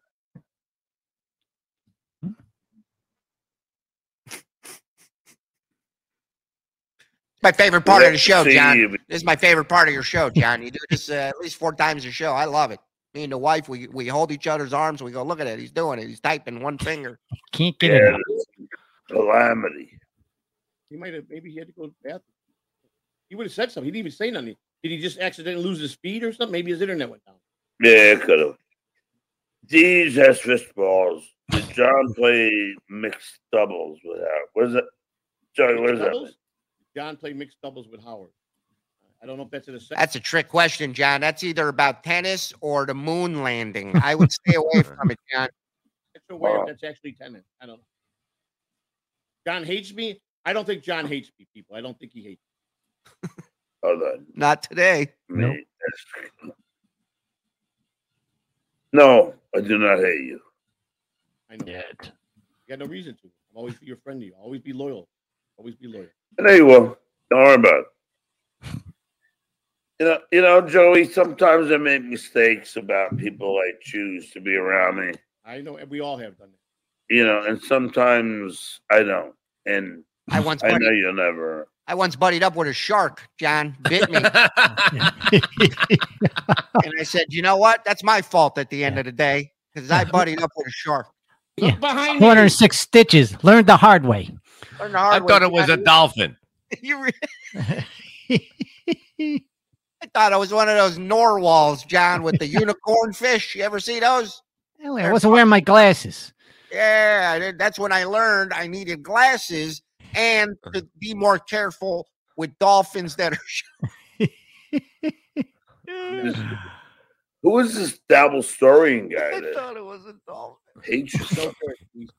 My favorite part of the show, Let's John. see This is my favorite part of your show, John. You do this uh, at least four times a show. I love it. Me and the wife, we we hold each other's arms. We go, look at it. He's doing it. He's typing one finger. Can't get Yeah, enough. calamity. He might have maybe he had to go to the bathroom. He would have said something. He didn't even say nothing. Did he just accidentally lose his speed or something? Maybe his internet went down. Yeah, could have. These has fistballs. Did John play mixed doubles with that? What is it? Joey, what is that? Doubles? John played mixed doubles with Howard. I don't know if that's in a second. That's a trick question, John. That's either about tennis or the moon landing. I would stay away from it, John. That's aware Wow. if that's actually tennis. I don't know. John hates me. I don't think John hates me, people. I don't think he hates Hold on. Not today. No. No, I do not hate you. me. I know. You got no reason to. I'll always be your friend to you. I'll always be loyal. Always be loyal. There you will. Don't worry about it. You know, you know, Joey. Sometimes I make mistakes about people I choose to be around me. I know and we all have done that. You know, and sometimes I don't. And (laughs) I once I buddied- know you'll never. I once buddied up with a shark, John. Bit (laughs) (laughs) me. and I said, you know what? That's my fault at the end of the day because I buddied up with a shark. Look behind 206 stitches. Learned the hard way. (laughs) I thought it was a dolphin. (laughs) You re- I thought it was one of those narwhals, John, with the unicorn fish. You ever see those? Hell, I wasn't wearing my glasses. Yeah, I did- that's when I learned I needed glasses and to be more careful with dolphins that (laughs) are. (sighs) Who is this dabble storying (laughs) guy? I That thought it was a doll. hates yourself. He's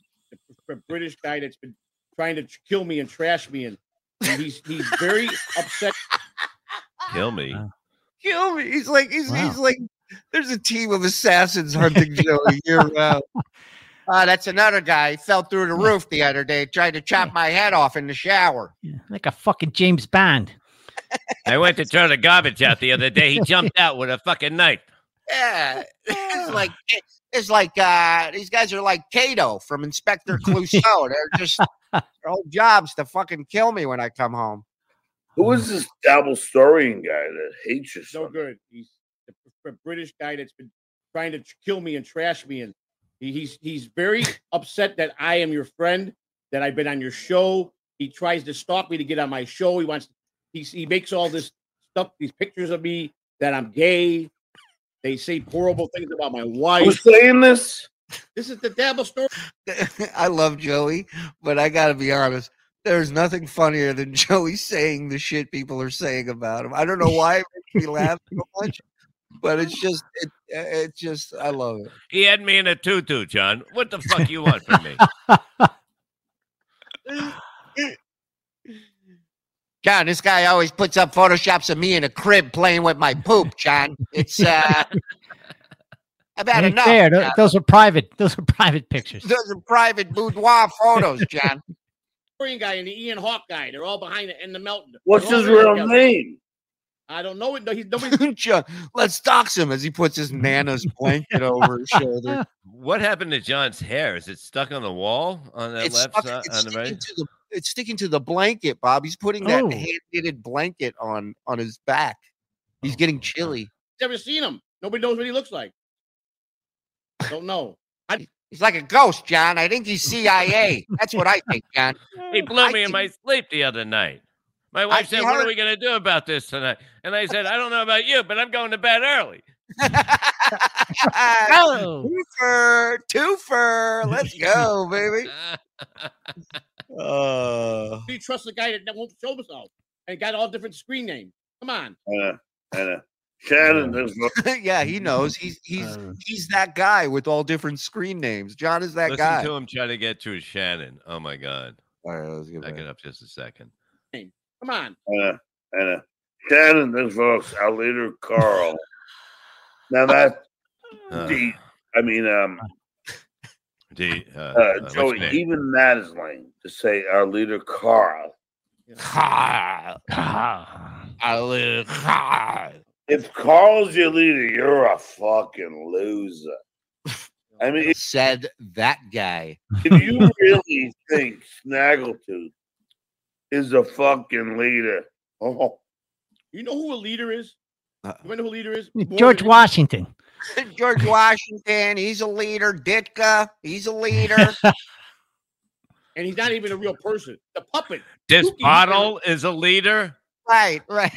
a British guy that's been trying to kill me and trash me, and, and he's he's very upset. Kill me. Uh. Kill me. He's like he's he's like there's a team of assassins (laughs) hunting Joey year round. Uh, that's another guy. He fell through the roof the other day, tried to chop my head off in the shower. Like a fucking James Bond. I went to throw the garbage out the (laughs) other day. He jumped out with a fucking knife. (laughs) Yeah, it's like it's like uh, these guys are like Cato from Inspector Clouseau. They're just their whole jobs to fucking kill me when I come home. Who is this dabble storying guy that hates He's no good. He's a British guy that's been trying to kill me and trash me, and he, he's he's very (coughs) upset that I am your friend, that I've been on your show. He tries to stalk me to get on my show. He wants he he makes all this stuff, these pictures of me that I'm gay. They say horrible things about my wife. Who's saying this? This is the dabble story. (laughs) I love Joey, but I gotta be honest. There's nothing funnier than (laughs) Joey saying the shit people are saying about him. I don't (laughs) know why it makes me laugh so much, but it's (laughs) just it, it's just I love it. He had me in a tutu, John. What the fuck you want (laughs) from me? John, this guy always puts up photoshops of me in a crib playing with my poop, John. It's uh I've had Ain't enough. there. Tho- John. Those are private. Those are private pictures. Those are private boudoir photos, John. Korean guy and the Ian Hawk guy. They're all behind it and the Melton. They're What's all his in it real together. name? I don't know it. No, he's nobody. (laughs) John, let's dox him as he puts his nana's blanket over his shoulder. What happened to John's hair? Is it stuck on the wall on the It's left stuck- side? it's On the right? to the- it's sticking to the blanket, Bob. He's putting that Oh. hand knitted blanket on on his back. Oh He's getting chilly. Never seen him. Nobody knows what he looks like. Don't know. I, he's like a ghost, John. I think he's CIA. That's what I think, (laughs) John. He blew me in my sleep the other night. My wife said, "What are we going to do about this tonight?" And I said, "I don't know about you, but I'm going to bed early." (laughs) Oh. Twofer, twofer. Let's go, (laughs) baby. Ah. Uh, Do you trust the guy that that won't show himself and got all different screen names? Come on. I know. I know. Shannon does not. (laughs) yeah, he knows. He's he's he's that guy with all different screen names. John is that Listen guy. to him try to get to Shannon. Oh my god! All right, let's get back it up just a second. Come on. I know. I know. Shannon invokes our leader Carl. now that deep. I mean, um, Uh, D, uh, uh, uh, what's your Joey, name? even that is lame to say our leader Carl. Carl. Our leader Carl. If Carl's your leader, you're a fucking (laughs) loser. I mean, said that guy. If you really think Snaggletooth is a fucking leader. Oh, You know who a leader is? You know who a leader (laughs) is? More George than- Washington. George Washington, he's a leader. Ditka, he's a (laughs) leader. and he's not even a real person. The puppet. This bottle is a leader. right, (laughs) right.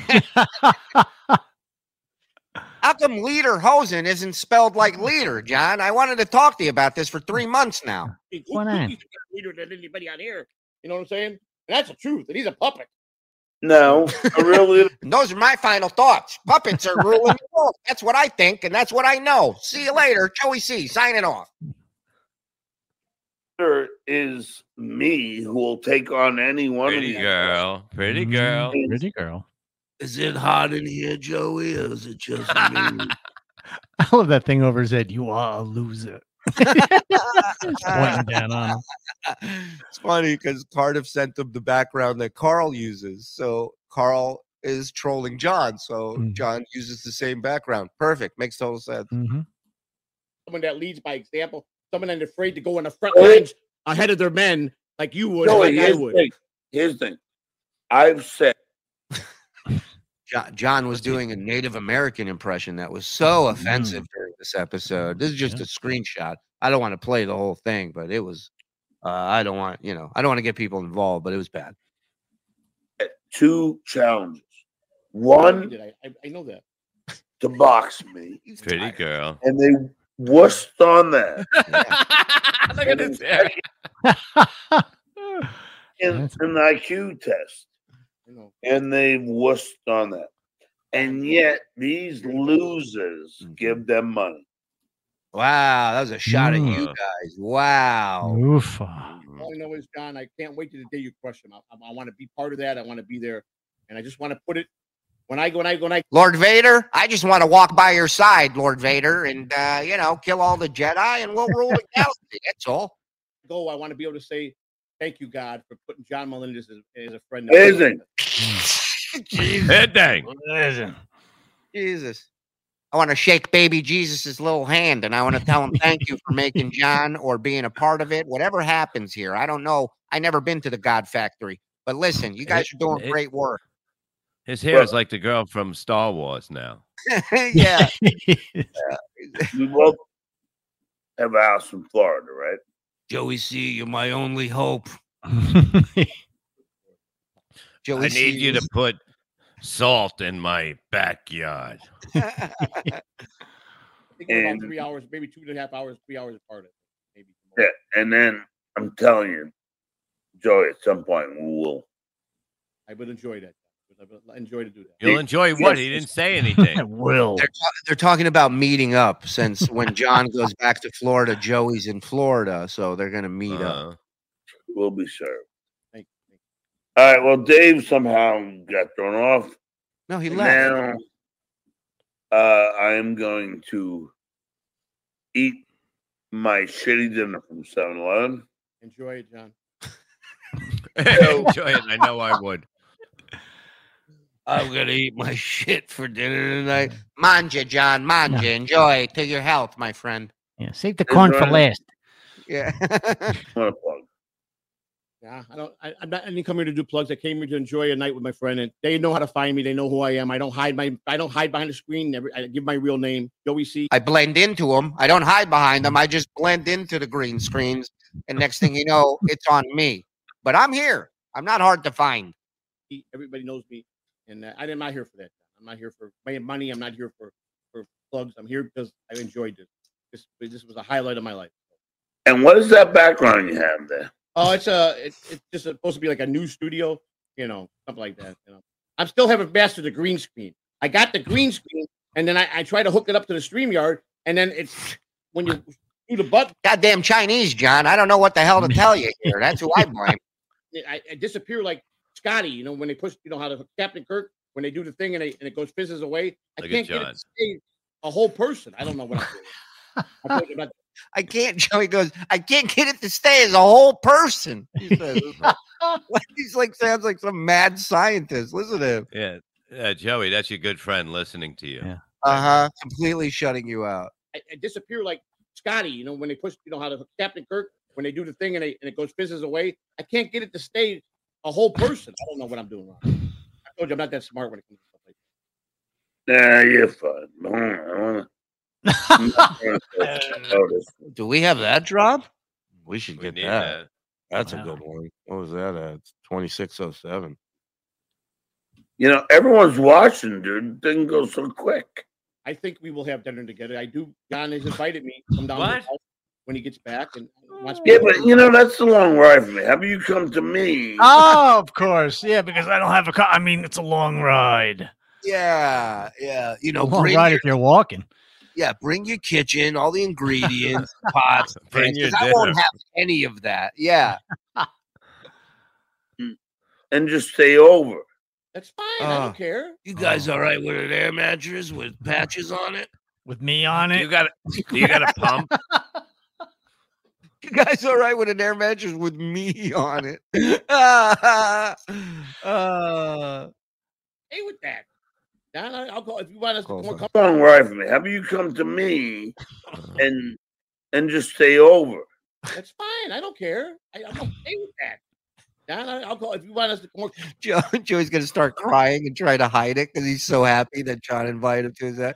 How come leader Hosen isn't spelled like leader, John? I wanted to talk to you about this for three months now. He's Why not? a leader than anybody out here. You know what I'm saying? And that's the truth. And he's a puppet. No, a real (laughs) leader. Those are my final thoughts. Puppets are ruling the world. That's what I think, and that's what I know. See you later, Joey C. Signing off. leader is me who will take on any one of Pretty you. girl. Pretty girl. Pretty girl. Is it hot in here, Joey, or is (laughs) it just me? I love that thing over his head. You are a loser. Just (laughs) pointing down on him. (laughs) It's funny because Cardiff sent them the background that Carl uses. So Carl is trolling John. So John uses the same background. Perfect. Makes total sense. Someone that leads by example. Someone that's afraid to go on the front lines ahead of their men, like you would, Joey, like I here's, would. The thing. here's the thing. I've said John, John was doing a Native American impression that was so offensive during this episode. This is just a screenshot. I don't want to play the whole thing, but it was. Uh, I don't want you know. I don't want to get people involved, but it was bad. two challenges. You One did. I, I, I know that. to box me, Pretty girl. and they wussed on that. (laughs) Look at his (laughs) hair. Mm-hmm. in an IQ test, and they wussed on that. And yet these losers Mm-hmm. give them money. Wow, that was a shot at Mm. you guys. Wow. Mm. Mm-hmm. All I know is, John, I can't wait to the day you crush him. I, I, want to be part of that. I want to be there. And I just want to put it when I go, when I go, when I Lord Vader, I just want to walk by your side, Lord Vader, and uh, you know, kill all the Jedi, and we'll rule the galaxy. That's all. go, I want to be able to say, thank you, God, for putting John Melendez as, as a friend. Amazing. Head dang. Jesus. I want to shake baby Jesus's little hand and I want to tell him thank you for making John or being a part of it. Whatever happens here, I don't know. I never been to the God Factory, but listen, you guys are doing it- great work. (laughs) His hair is like the girl from Star Wars now. (laughs) yeah. We both have a house in Florida, right? Joey C, you're my only hope. I need you to put salt in my backyard. (laughs) I think we're And- about three hours, maybe two and a half hours, three hours apart. Yeah, and then I'm telling you, Joey, at some point we'll I would enjoy that. I would enjoy to do that. You'll enjoy what he didn't (laughs) say anything. will. They're, ta- they're talking about meeting up since when John goes back to Florida, Joey's in Florida, so they're gonna meet up. we'll be served. All right. Well, Dave somehow got thrown off. No, he And left. Now, uh, I am going to eat my shitty dinner from 7 Eleven. Enjoy it, John. Uh-huh. (laughs) enjoy it. I know I would. I'm gonna eat my (laughs) shit for dinner tonight. Manja, John, manja. (laughs) Enjoy to your health, my friend. Yeah, save the corn for Right. last. Yeah. (laughs) Yeah, I don't. I, I'm not. I didn't come here to do plugs. I came here to enjoy a night with my friend, and they know how to find me. They know who I am. I don't hide my. I don't hide behind the screen. Every, I give my real name, Joey C. I blend into them. I don't hide behind them. I just blend into the green screens, and next thing you (laughs) know, it's on me. But I'm here. I'm not hard to find. Everybody knows me, and uh, I- I'm not here for that. I'm not here for my money. I'm not here for for plugs. I'm here because I enjoyed this. This this was a highlight of my life. And what is that background you have there? Oh, it's a. It, it's just supposed to be like a new studio, you know, something like that. You know, I'm still haven't mastered the green screen. I got the green screen, and then I, I try to hook it up to the stream yard, and then it's when you do the button. Goddamn Chinese, John. I don't know what the (laughs) hell to tell you here. That's who I blame. I, I disappear like Scotty, you know, when they push, you know, how the Captain Kirk, when they do the thing and, they, and it goes fizzes away. I Look at can't get it John. to stay a whole person. I don't know what I'm doing. I'm talking about I can't. (laughs) Joey goes. I can't get it to stay as a whole person. He says. (laughs) He's like sounds like some mad scientist. Listen to him. Yeah. Uh, Joey, that's your good friend listening to you. Uh huh. Completely shutting you out. I, I disappear like Scotty, you know, when they push, you know, how the Captain Kirk, when they do the thing and, they, and it goes fizzes away. I can't get it to stay a whole person. I don't know what I'm doing wrong. I told you I'm not that smart when it comes to stuff like Nah, you're fine. I wanna- Do we have that drop? We should get need that. that. That's a good one. What was that at? Twenty six oh seven. You know, everyone's watching, dude. Didn't go so quick. I think we will have dinner together. I do. John has invited me to come down to What? his house when he gets back and wants me. Yeah, but you know, that's the long ride for me. How about you come to me? (laughs) Oh, of course. Yeah, because I don't have a car. I mean, it's a long ride. Yeah, yeah. You know, long bring ride your, if you're walking. yeah, bring your kitchen, all the (laughs) ingredients, pots, Bring pans, your 'cause I won't dinner. have any of that. Yeah. and just stay over. That's fine. I don't care. You guys all right with an air mattress with patches on it? With me on it. You got do you (laughs) got a pump? (laughs) You guys all right with an air mattress with me on it? (laughs) uh, Hey, with that. John, I- I'll call if you want us to come. come- Long ride for me. How about you come to me Uh-huh. and and just stay over? That's fine. I don't care. I, I'm okay with that. John, I- I'll call if you want us to come. Joe, (laughs) Joey's gonna start crying and try to hide it because he's so happy that John invited him to his. Yeah,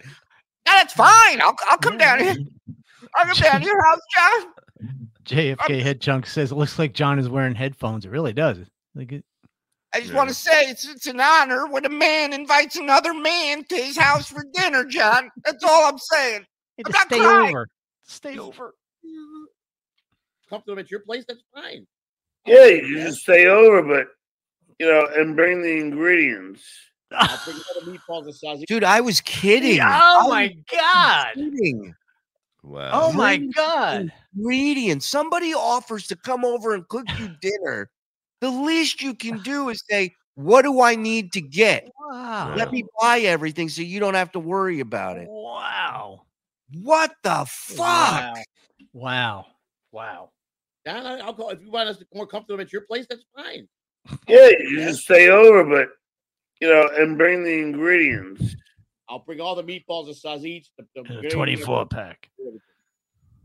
that's fine. I'll, I'll come down here. I'll come down to your house, John. JFK head chunk says it looks like John is wearing headphones. It really does. Like it- I just want to say it's it's an honor when a man invites another man to his house for dinner, John. That's all I'm saying. I'm not stay crying. over. Stay over. Come to him at your place. That's fine. Yeah, you just stay over, but you know, and bring the ingredients. I'll bring you the meatballs and sausage. Dude, I was kidding. Oh I my was god. kidding. Wow. Oh my Bring god. Ingredients. Somebody offers to come over and cook you dinner. The least you can do is say, "What do I need to get? Wow. Let me buy everything, so you don't have to worry about it." Wow. What the fuck? Wow. Wow. John, I- I'll call if you want us to come come to him at your place. That's fine. Yeah, you just stay over, but you know, and bring the ingredients. I'll bring all the meatballs and sausage. The, Uh, the gravy, pack.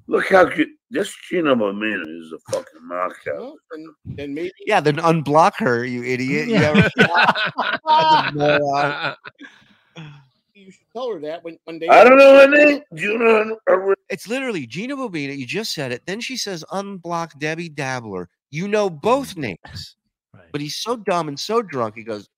Look how good this Gino Mamina is a fucking knockout. everything. And Then maybe Yeah, then unblock her, you (laughs) idiot. You ever- Uh-uh. moron. you should tell her that when one day. I don't know her name. Do you know her name? It's literally Gina Bobina. You just said it. Then she says, unblock Debbie Dabbler. You know both names. But he's so dumb and so drunk, he goes,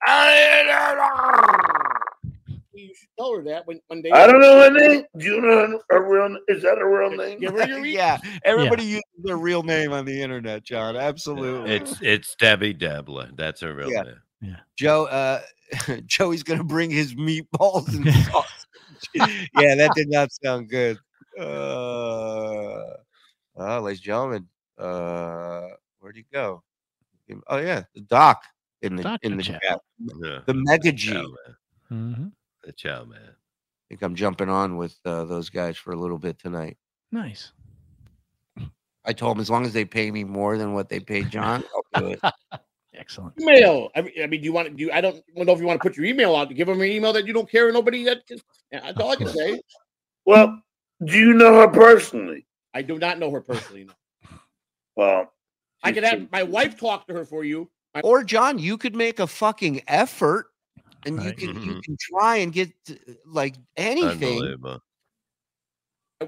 You should tell her that when one day. I don't know her name. Do you know her, her real? Is that a real name? Give her your Yeah, everybody uses their real name on the internet, John. Absolutely. It's it's Debbie Dabbler. That's her real Oh, Yeah. name. Joe, uh, (laughs) Joey's gonna bring his meatballs and sausage. (laughs) yeah, that did not sound good. Uh, uh, ladies and gentlemen, uh, where'd he go? Him- Oh yeah, the doc in the Doc in in the chat. chat. Yeah. The mega G. I Mhm. The chow man. think I'm jumping on with uh, those guys for a little bit tonight. Nice. I told them as long as they pay me more than what they paid John, I'll do it. Excellent. email. I mean, I mean, do you want to do? I don't know if you want to put your email out. Give them an email that you don't care. Nobody that. That's all I can say. Well, do you know her personally? I do not know her personally. no. Well, I could have my wife talk to her for you. My- or John, you could make a fucking effort, and Right. you can you can try and get uh, like anything. Unbelievable.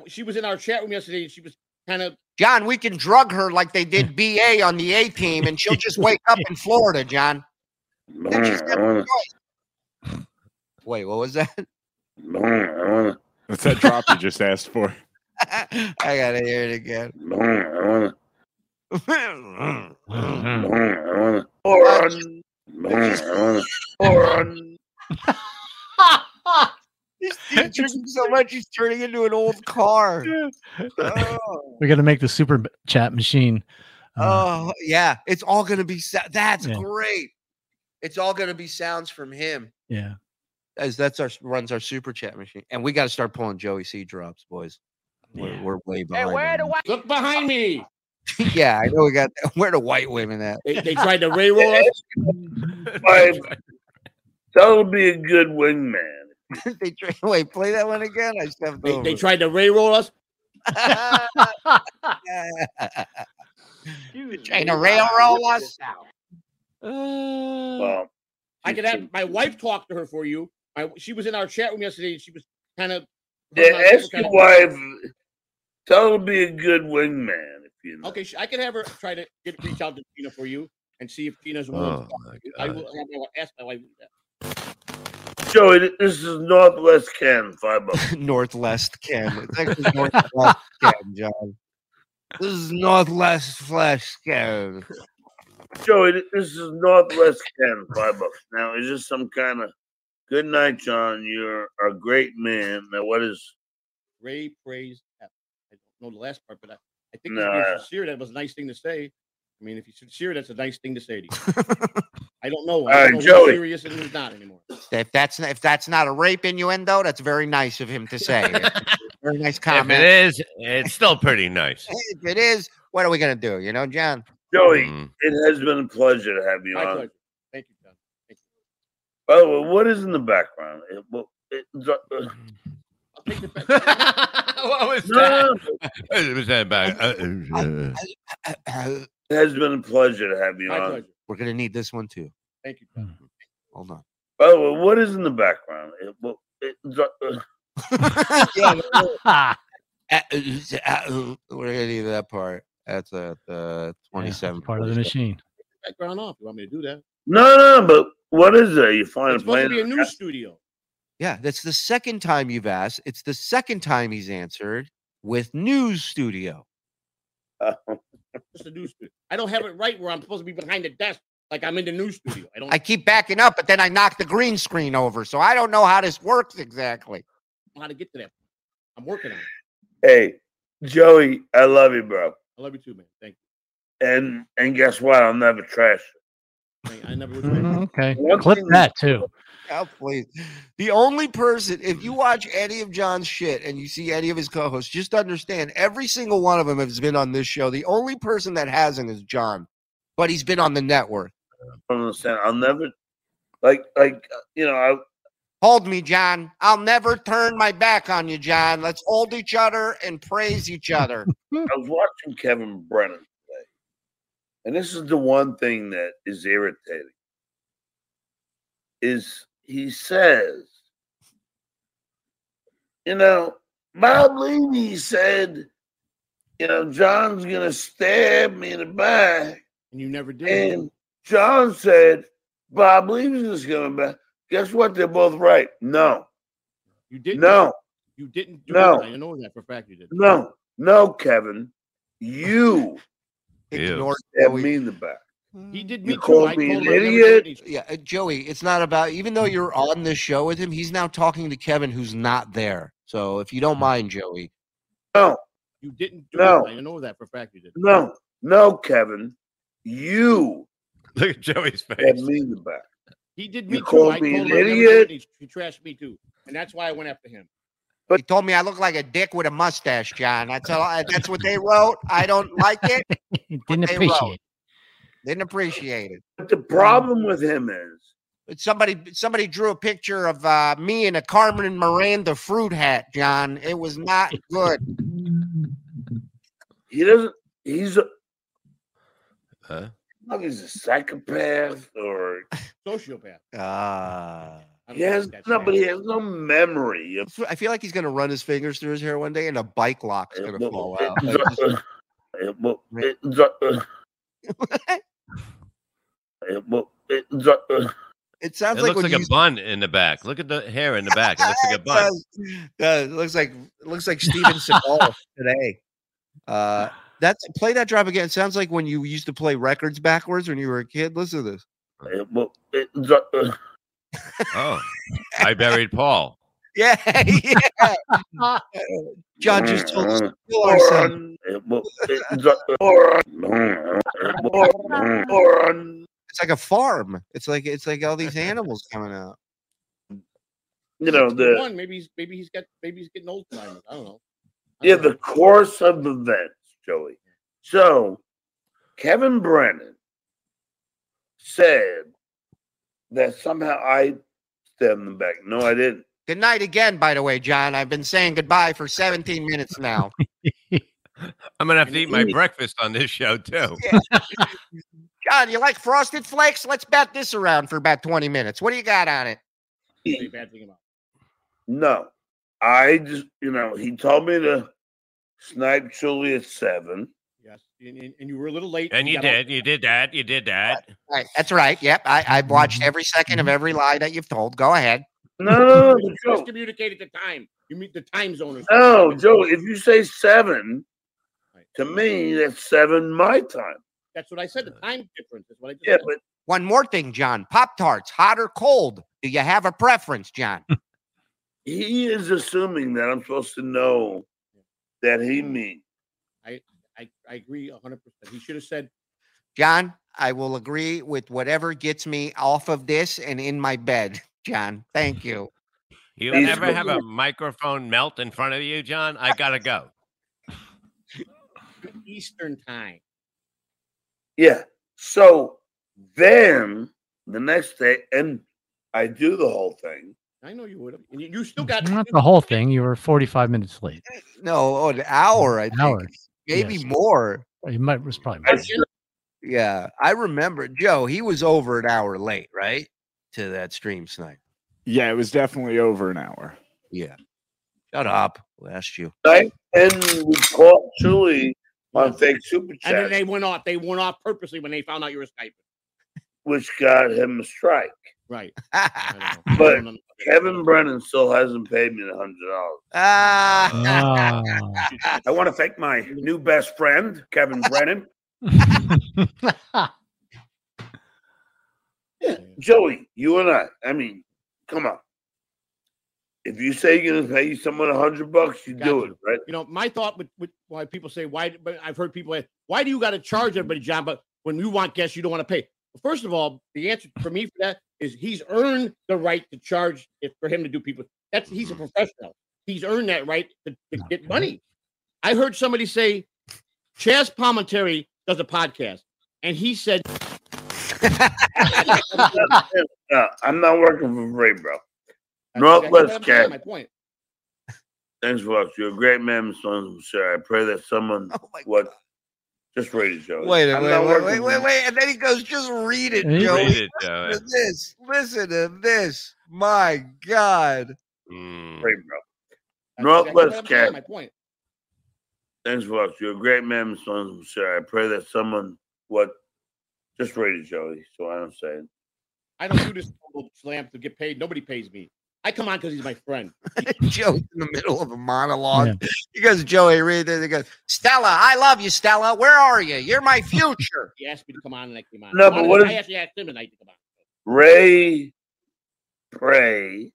She was in our chat room yesterday, and she was kind of. John, we can drug her like (laughs) they did BA on the A team, and she'll just wake up in Florida, John. Then she's got Mm, a choice. Wait, what was that? (laughs) mm, I wanna- That's that drop you just asked for. I gotta hear it again. (laughs) mm, I wanna- That's mm, I wanna- Moron. Mm, I wanna- Moron. He's, (laughs) he's drinking so much, he's turning into an old car. Oh, We're gonna make the super b- chat machine. Uh, oh, yeah, it's all gonna be. sa- That's Yeah. great. It's all gonna be sounds from him. yeah. as that's our runs our super chat machine, and we got to start pulling Joey C drops, boys. We're, Yeah. we're way Hey, behind. where do on I? Look behind me. that. (laughs) yeah, I know we got where the white women at. They, they tried to railroad us. (laughs) (laughs) Why- That would be a good wingman. (laughs) they tra- wait, play that one again. I stepped They, over. they tried to railroad us. (laughs) Trying to railroad us. Well, I could have my wife talk to her for you. I, she was in our chat room yesterday, and she was kind of. Yeah, ask your wife. Tell her to be a good wingman if you know. Okay, sh- I could have her try to get reach out to Gina for you and see if Gina's willing. to Oh, talk to you. I will have my, wi- ask my wife. That. Joey, th- this is Northwest Ken Five Northwest Ken. It's actually Northwest Ken, John. This is Northwest Flesh Ken. Joey, th- this is Northwest Ken Five bucks. Now, is this some kind of good night, John? You're a great man. Now, what is Ray praised. F. uh, I don't know the last part, but I, I think No, if I- you're sincere, that was a nice thing to say. I mean, if you're sincere, that's a nice thing to say to you. I don't know. All I right, don't know Joey. who's serious and who's not anymore. If that's if that's not a rape innuendo, that's very nice of him (laughs) to say. very nice If comment. it is, it's still pretty nice. If it is, what are we gonna do? You know, John. (clears throat) Joey? Mm. It has been a pleasure to have you My on. pleasure. Thank you, John. By the way, what is in the background? It- well, it- the- (laughs) uh, (laughs) (laughs) what was No. (laughs) It was that bad. Uh, it has been a pleasure to have you My on. pleasure. We're gonna need this one too. Thank you. Hold on. By the way, what is in the background? It- well, it- the- uh, (laughs) Uh, uh, We're gonna need that part. That's at the twenty-seven part of the machine. Background off. You want me to do that? no, no, but what is it? You find It's a supposed to plane? be a news studio. Yeah, that's the second time you've asked. It's the second time he's answered with news studio. Just a news studio. I don't have it right where I'm supposed to be behind the desk, like I'm in the news studio. I don't. I keep backing up, but then I knock the green screen over, so I don't know how this works exactly. know how to get to that. I'm working on it. Hey, Joey, I love you, bro. I love you too, man. Thank And and guess what? I'll never trash. you. Thank- I never would. Mm-hmm, Okay. One Clip thing- that too. (laughs) Oh, please. The only person, if you watch any of John's shit and you see any of his co hosts, just understand every single one of them has been on this show. The only person that hasn't is John, but he's been on the network. I don't understand. I'll never, like, like uh, you know, I Hold me, John. I'll never turn my back on you, John. Let's hold each other and praise each other. I was watching Kevin Brennan today, and this is the one thing that is irritating. Is he says, you know, Bob Levy said, you know, John's gonna stab me in the back, and you never did. and John said, Bob Levy's just gonna back. Guess what? They're both right. No, You didn't. No. You didn't do No. it. I know that for a fact you did. no, no, Kevin, you Ignore stabbed me in the back. He did You me too. called I me told an him I never did idiot. anything. Yeah, uh, Joey, it's not about even though you're on this show with him, he's now talking to Kevin who's not there. So if you don't mind, Joey. No, You didn't do No. it. I know that for a fact you did. No, no, Kevin. You (laughs) Look at Joey's face. had me in the back. He did You me too. called I me told an him I never did idiot. anything. He trashed me too, and that's why I went after him. But he told me I look like a dick with a mustache, John. That's all I, that's what they wrote. I don't like it. Didn't They appreciate. wrote. Didn't appreciate it. But the problem with him is But somebody somebody drew a picture of uh, me in a Carmen Miranda fruit hat, John. It was not good. he doesn't. He's a Huh? like he's a psychopath or Sociopath. Ah. he has no, but he has no memory. of- I feel like he's gonna run his fingers through his hair one day, and a bike (laughs) lock's gonna fall out. Like, just- It will- it- the- it will- it- the- It sounds It like looks when like you a bun in the back. Look at the hair in the back. It (laughs) looks like a bun. does. does. It looks like it looks like Steven Seagal today. (sighs) Uh, that's play that drop again. It sounds like when you used to play records backwards when you were a kid. Listen to this. (laughs) it will- it- the- Oh, I buried Paul. Yeah, yeah. John (laughs) just told us to (laughs) kill ourselves. it will- it- the- it will- It's like a farm. It's like it's like all these animals coming out. You know the One, maybe he's maybe he's got maybe he's getting old. Simon. I don't know. Yeah, the course of events, Joey. So Kevin Brennan said that somehow I stabbed him back. No, I didn't. Good night again, by the way, John. I've been saying goodbye for 17 minutes now. (laughs) (laughs) I'm gonna have to eat my breakfast on this show too. John, you like frosted flakes? Let's bat this around for about 20 minutes. What do you got on it? Say a bad thing about. No, I just you know he told me to snipe chili at seven. Yes, and, and- and you were a little late. And you got all- did. You did that. You did that. Right, that's right. Yep, I, I've watched every second of every lie that you've told. Go ahead. You miscommunicated the time. You meet the time zone. or No, something. Joe, "Oh, if you say seven, to me that's seven my time. That's what I said. The Uh. time difference is what I just Yeah, said. but One more thing, John. Pop Tarts, hot or cold? Do you have a preference, John? he is assuming that I'm supposed to know that he means. I, I, I agree 100%. He should have said, John, I will agree with whatever gets me off of this and in my bed. (laughs) John, thank you. You He's ever have a (laughs) good. microphone melt in front of you, John? I gotta go. "Good Eastern time. Yeah. So then the next day, and I do the whole thing. I know you would have. And you, you still got (laughs) Not the whole thing. You were 45 minutes late. No, oh, an hour, I think. Hour. Maybe yes. more. You might was probably I sure- yeah, I remember Joe. He was over an hour late, right, to that stream snipe. Yeah, it was definitely over an hour. Yeah. Shut up. Last you. (laughs) Right? And we caught Julie on fake super And then chat, they went off. They went off purposely when they found out you were Skyping. which got him a strike. Right. But Kevin Brennan still hasn't paid me the hundred dollars. Ah. (laughs) I want to thank my new best friend, Kevin Brennan. Ah. Yeah, Joey, you and I. I mean, come on. If you say you're gonna pay someone a hundred bucks, you Got do you. it, right? You know, my thought with, with why people say, why, but I've heard people say, why do you got to charge everybody, John? But when you want guests, you don't want to pay. Well, first of all, the answer for me for that is he's earned the right to charge if, for him to do people. That's he's a professional. He's earned that right to, to get money. I heard somebody say, Chaz Palminteri does a podcast, and he said, No, I'm not working for free, bro. That's Northwest exactly what I'm saying, Cat. My point. Thanks, Fox. You're a great man, Mr. Sons, sir. I pray that someone what just read it, Joey. oh Wait, a- I'm wait, not wait, working wait, for wait, you. wait. And then he goes, just read it, Read Joey. it, Joey. Listen to this. Listen to this. My God. (laughs) Mm. Free, bro. That's exactly Northwest what I'm saying, Cat. My point. Thanks, Fox. You're a great man, Mr. Sons, sir. I pray that someone what just read it, Joey. So I don't say it. I don't do this little slam to get paid. Nobody pays me. I come on because he's my friend. Joe's in the middle of a monologue. He goes, Joey, read this. He goes, Stella, I love you, Stella. Where are you? You're my future. He asked me to come on and I came on. No, but what I if- actually asked him and I didn't come on. Ray pray.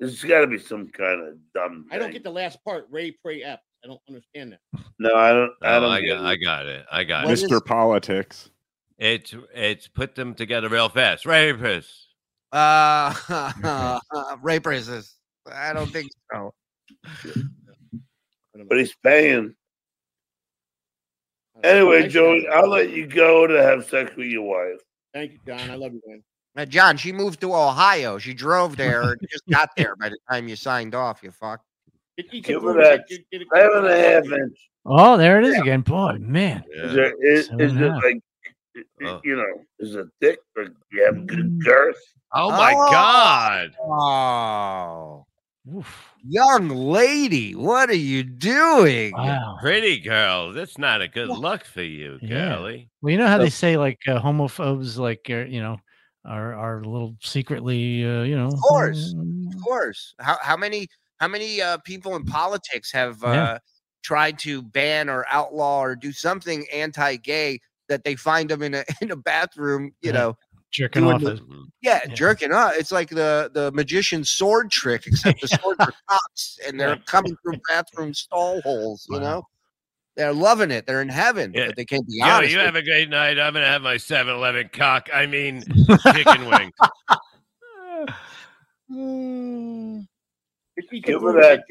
There's got to be some kind of dumb. I don't thing. get the last part. Ray pray F. I don't understand that. No, I don't. I Oh, don't. I, get got, it. I got it. I got it. Mr. Politics. It's it's put them together real fast. Rapist. Uh, (laughs) rape racist. I don't think so. but he's paying. Anyway, Joey, I'll let you go to have sex with your wife. Thank you, John. I love you, man. Now, John, she moved to Ohio. She drove there and just (laughs) got there by the time you signed off, you fuck. It, it, Give her that seven and a half inch. (laughs) Oh, there it is again. Boy, man. Is, there, is, Seven is and a it half. like, Oh. you know, is it thick or do you have good girth? Oh my Oh. God. Oh, Oof. young lady, what are you doing? Wow. Pretty girl. That's not a good look for you, Yeah. Kelly. Well, you know how they say like uh, homophobes, like uh, you know, are are a little secretly, uh, you know. mm, Of course. Of course. How how many how many uh, people in politics have uh, Yeah. tried to ban or outlaw or do something anti-gay that they find them in a (laughs) in a bathroom? Yeah. You know, Jerking Doing off. the- As, yeah, Yeah. jerking up. It's like the the magician's sword (laughs) trick, except the swords are cocks and they're coming through bathroom stall holes. You Wow. know, they're loving it. They're in heaven, Yeah. but they can't be Yo, honest. you with have a great night. I'm gonna have my 7-Eleven cock. I (laughs) mean chicken wing. It, it, Give her that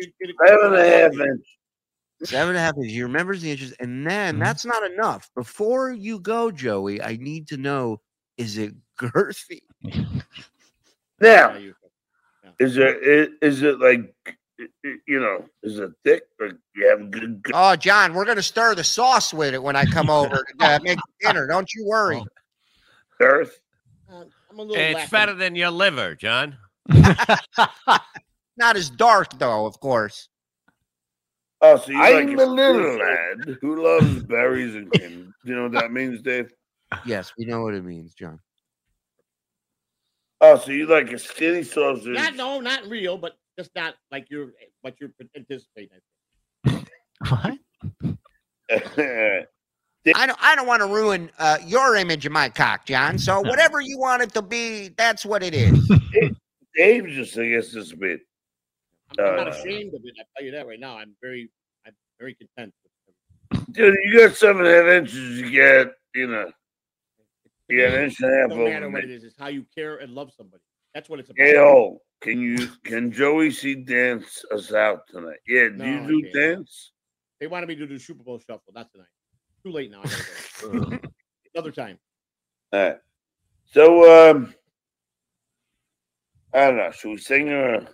Seven and a half inch. Seven and a half is you remembers the inches, and then Mhm. Mm-hmm. that's not enough. Before you go, Joey, I need to know is it (laughs) girthy? Now, is there is, is it like you know, is it thick or do you have good girth? (laughs) Oh, John, we're gonna stir the sauce with it when I come over to uh, make dinner. Don't you worry. Earth. I'm a little It's lacking. fatter than your liver, John. Not as dark though, of course. Oh, so you're I'm like the a little little lad who loves berries and cream. Do you know what that means, Dave? Yes, we know what it means, John. Oh, so you like a skinny sausage? Not no, not real, but just not like you're what you're anticipating. (laughs) I don't. I don't want to ruin uh, your image of my cock, John. So (laughs) whatever you want it to be, that's what it is. (laughs) Dave just, I guess, is a bit. I'm not uh, ashamed of it. I tell you that right now. I'm very, I'm very content. Dude, you got seven and a half inches. You get, you know, you got an inch and a half No matter over what me. it is, it's how you care and love somebody. That's what it's about. Hey, oh, can you can Joey C dance us out tonight? Yeah, do No, I you do can't. dance? They wanted me to do the Super Bowl shuffle. Not tonight. Too late now. I gotta go. Another time. All right. So um, I don't know. Should we sing a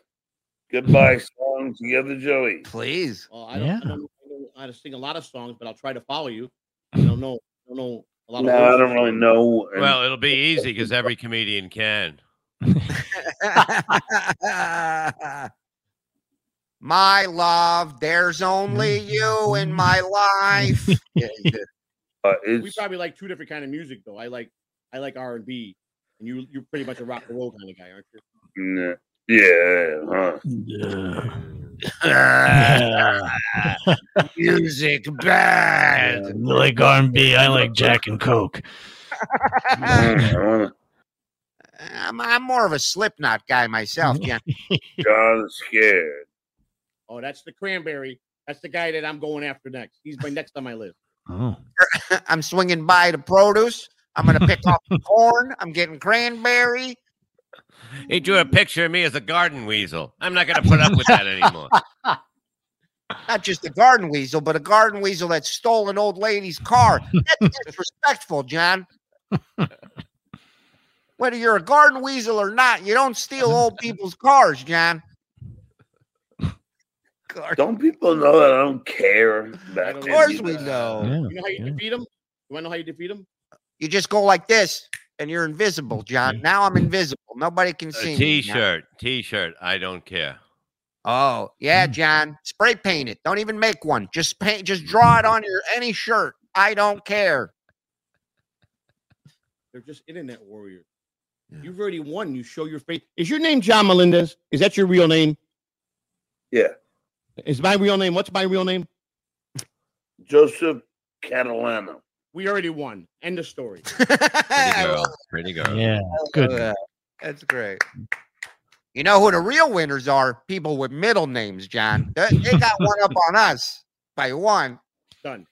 goodbye song together, Joey? Please. Well, I don't, I don't, I don't know how to sing a lot of songs, but I'll try to follow you. I don't know. I don't know a lot of. No, I words. don't really know. And- Well, it'll be easy because every comedian can. my love, there's only you in my life. Mm-hmm. (laughs) Yeah, you did. Uh, we it's probably like two different kind of music though. I like I like R and B, and you you're pretty much a rock and roll kind of guy, aren't you? yeah, yeah, huh? (laughs) Music bad. I like R&B. I like Jack and Coke. (laughs) I'm, I'm more of a Slipknot guy myself, John. John scared. Oh, that's the Cranberry. That's the guy that I'm going after next. He's my next on my list. (laughs) Oh. I'm swinging by the produce. I'm going to pick (laughs) off the corn. I'm getting cranberry. He drew a picture of me as a garden weasel. I'm not going to put up with that (laughs) anymore. Not just a garden weasel, but a garden weasel that stole an old lady's car. (laughs) That's disrespectful, John. Whether you're a garden weasel or not, you don't steal old people's cars, John. Don't people know that I don't care? That Of course we know. You know how you defeat him? You want to know how you defeat him? You just go like this, and you're invisible, John. Now I'm invisible. Nobody can see A me. John. t-shirt, t-shirt. I don't (laughs) care. Oh yeah, John. Spray paint it. Don't even make one. Just paint. Just draw it on your any shirt. I don't care. (laughs) They're just internet warriors. You've already won. You show your face. Is your name John Melendez? Is that your real name? Yeah. Is my real name? What's my real name? Joseph Catalano. We already won. End of story. Pretty girl, pretty girl. (laughs) Yeah, good. That's great. You know who the real winners are? People with middle names, John. They, they got one up on us by one. Done.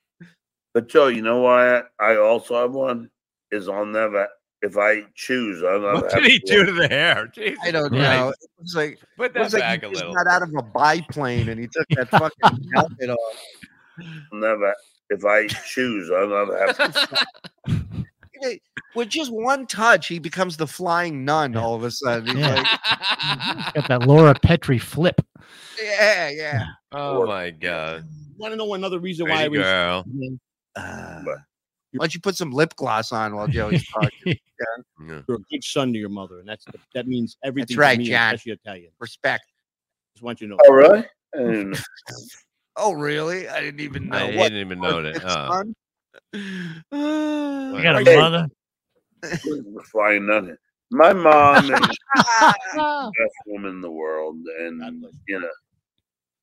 But Joe, you know why I, I also have one? Is I'll never, if I choose, I'll never. What have did he to do work. to the hair? (laughs) Jesus I don't Christ. know. It was like Put it was that like back a he just little. got out of a biplane and he took that fucking helmet off. I'll never, if I choose, I'll never have to. It- With just one touch, he becomes the flying nun all of a sudden. He's Yeah. like, Got that Laura Petrie flip. yeah, yeah. Oh my god. Want to know another reason why I Pretty was girl. Uh, why don't you put some lip gloss on while Joey's talking? John? you're a good son to your mother, and that's the, that means everything. to right, me, John. Especially Italian. Respect. Just want you to know. All right. (laughs) And Oh, really? I didn't even know. I what? didn't even (laughs) know that. (laughs) Oh. son? I Uh, got a Hey. mother. flying nothing. My mom is the best woman in the world, God and bless you. you know,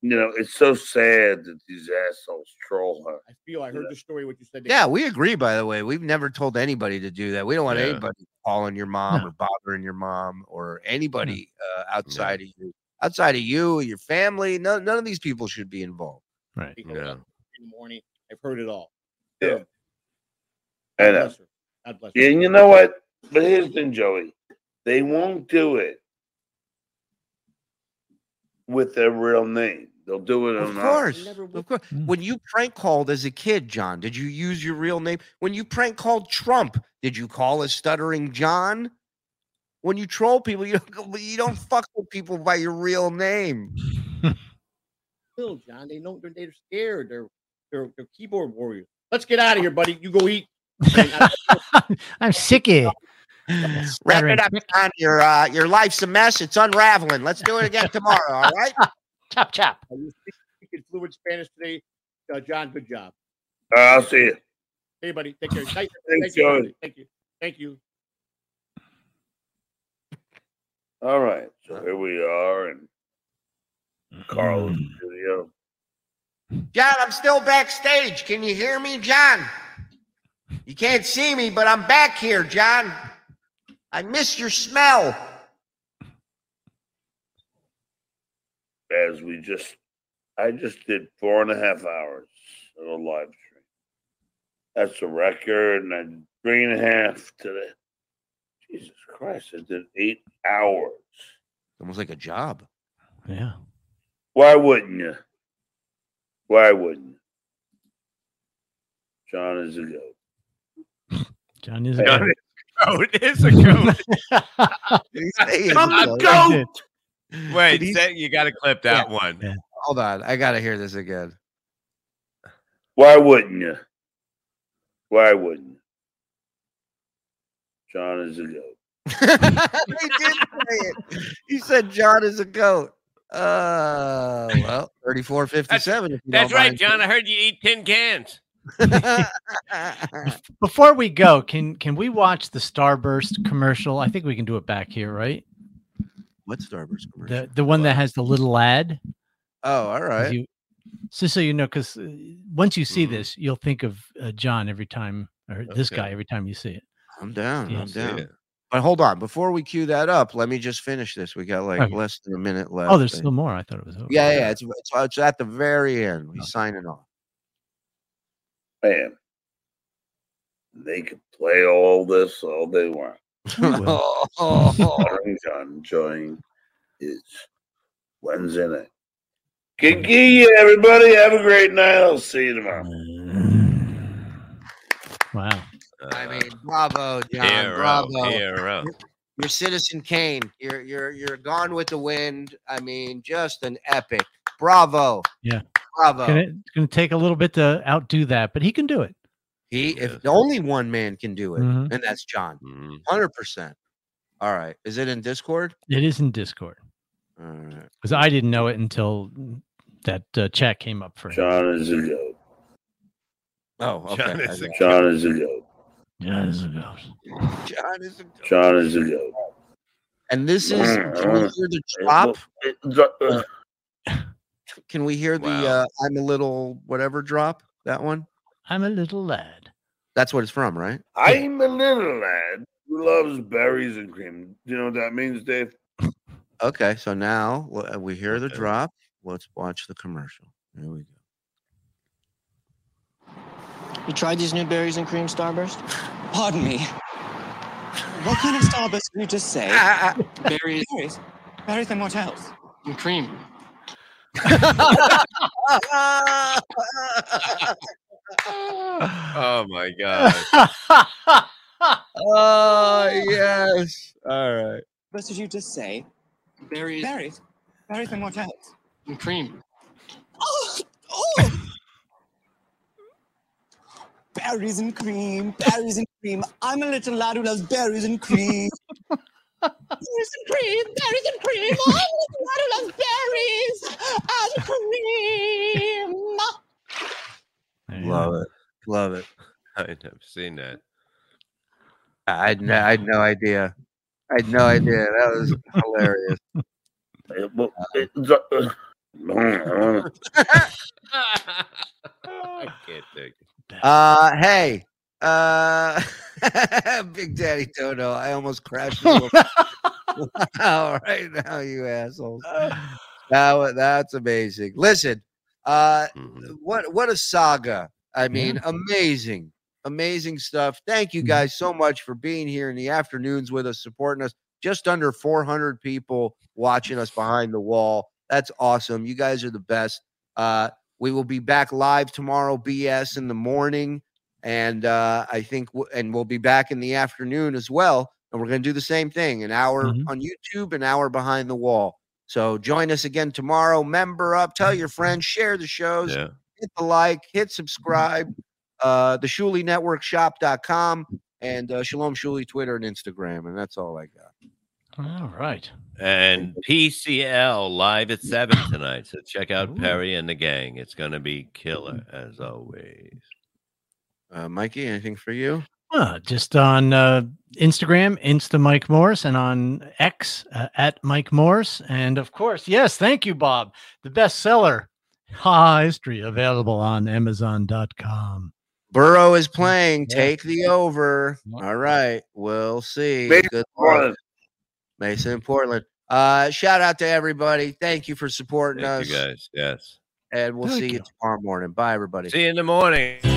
you know, it's so sad that these assholes troll her. I feel I heard the story what you said. yeah, we agree. By the way, we've never told anybody to do that. We don't want Yeah. anybody calling your mom or bothering your mom or anybody uh, outside of you, outside of you, your family. No, none of these people should be involved. Right. Because Yeah. in the morning, I've heard it all. Yeah. God I know. bless her. God bless her. Yeah, and you know what? But here's the thing, Joey. They won't do it with their real name. They'll do it Of on course, never would. of course. When you prank called as a kid, John, did you use your real name? When you prank called Trump, did you call as stuttering John? When you troll people, you don't, you don't fuck with people by your real name. Still, John, they know they're, they're scared. They're, they're they're (laughs) keyboard warriors. Let's get out of here, buddy. You go eat. (laughs) I'm sick of Wrap it up, John. Your uh, your life's a mess. It's unraveling. Let's do it again tomorrow. All right. chop chop. You speak fluent Spanish today, uh, John. Good job. Ah, I'll see you. Hey, buddy. Take care. Thank, Thanks, thank you. John. everybody. Thank you. Thank you. All right. So Uh-huh. here we are in Mm. Carl's studio. John, I'm still backstage. Can you hear me, John? You can't see me, but I'm back here, John. I miss your smell. As we just, I just did four and a half hours of a live stream. That's a record, and I did three and a half today. Jesus Christ, I did eight hours. Almost like a job. Yeah. Why wouldn't you? Why wouldn't you? John is a goat. John is John a goat. Oh, is a goat. (laughs) I'm a goat. Wait, Did he- say- you got to clip that one. Hold on. I got to hear this again. Why wouldn't you? Why wouldn't you? John is a goat. he did say it. He said John is a goat. Uh, well, 3457. if you That's don't right, mind. John. I heard you eat tin cans. Before we go, can can we watch the Starburst commercial? I think we can do it back here, right? (laughs) What Starburst commercial? The the one that has the little lad. Oh, all right. Mm-hmm. You- Just so you know, because once you see this, you'll think of uh, John every time, or this Okay. guy every time you see it. I'm down. Yeah. I'm See down. it. But hold on, before we cue that up, let me just finish this. We got like Okay. less than a minute left. Oh, there's and- still more. I thought it was over. Yeah, yeah. It's, it's, it's at the very end. Oh. He's signing off. Man, they could play all this all they want. (laughs) Starring John enjoying is Wednesday night. Good gee, everybody. Have a great night. I'll see you tomorrow. Wow. uh, I mean, bravo, John. Uh, hero, bravo. (laughs) hero. You're Citizen Kane. You're you're you're gone with the wind. I mean, just an epic. Bravo. Yeah. Bravo. Gonna- It's going to take a little bit to outdo that, but he can do it. He if only one man can do it, Mhm. and that's John. Mm-hmm. Mm-hmm. 100 percent All right. Is it in Discord? It is in Discord All right. because I didn't know it until that uh, chat came up for him. John is a goat. Oh, okay. (laughs) John is I a got (laughs) goat. it. Yeah, John is a goat. this is a ghost. John is a John is a goat. And this is can we hear the chop? Can we hear the uh, I'm a little whatever drop? That one? I'm a little (laughs) lad. That's what it's from, right? I'm a little lad who loves berries and cream. Do you know what that means, Dave? Okay, so now wh- we hear the drop. Let's watch the commercial. There we go. You tried these new berries and cream Starburst? Pardon me. What kind of Starburst did you just say? berries. Berries? Berries and what else? And cream. Oh my god. oh, yes. All right. What did you just say? Berries. Berries? Berries and what else? And cream. Oh! oh. berries and cream. Berries and cream. I'm a little lad who loves berries and cream. berries and cream. Berries and cream. I'm a little lad who loves berries and cream. Love it. Love it. I've never seen that. I had no, I had no idea. I had no idea. That was hilarious. It will- it's a- (laughs) uh, I can't think. Uh, hey, uh, (laughs) Big Daddy Dodo, I almost crashed. All (laughs) (laughs) right now, you assholes. That, wa- that's amazing. Listen, uh, Mm-hmm. what what a saga! I mean, amazing, amazing stuff. Thank you guys so much for being here in the afternoons with us, supporting us. Just under 400 people watching us behind the wall. That's awesome. You guys are the best. Uh, we will be back live tomorrow, BS in the morning, and uh, I think, w- and we'll be back in the afternoon as well. And we're going to do the same thing: an hour on YouTube, an hour behind the wall. So join us again tomorrow. Member up, tell your friends, share the shows, Mm-hmm. hit the like, hit subscribe. Uh, the Shuley Network Shop.com. and uh, Shalom Shuli Twitter and Instagram, and that's all I got. All right. And PCL live at seven tonight. So check out Perry and the gang. It's gonna be killer as always. Uh, Mikey, anything for you? Uh, just on uh, Instagram, Insta Mike Morris, and on X uh, at Mike Morris. And of course, yes, thank you, Bob. The bestseller, (laughs) Ha History, available on Amazon.com. Burrow is playing. Take the over. All right. We'll see. Mason Good luck. Portland. Mason Portland. Uh, shout out to everybody. Thank you for supporting Thank us. you guys. Yes. And we'll see you tomorrow morning. Bye, everybody. See you in the morning.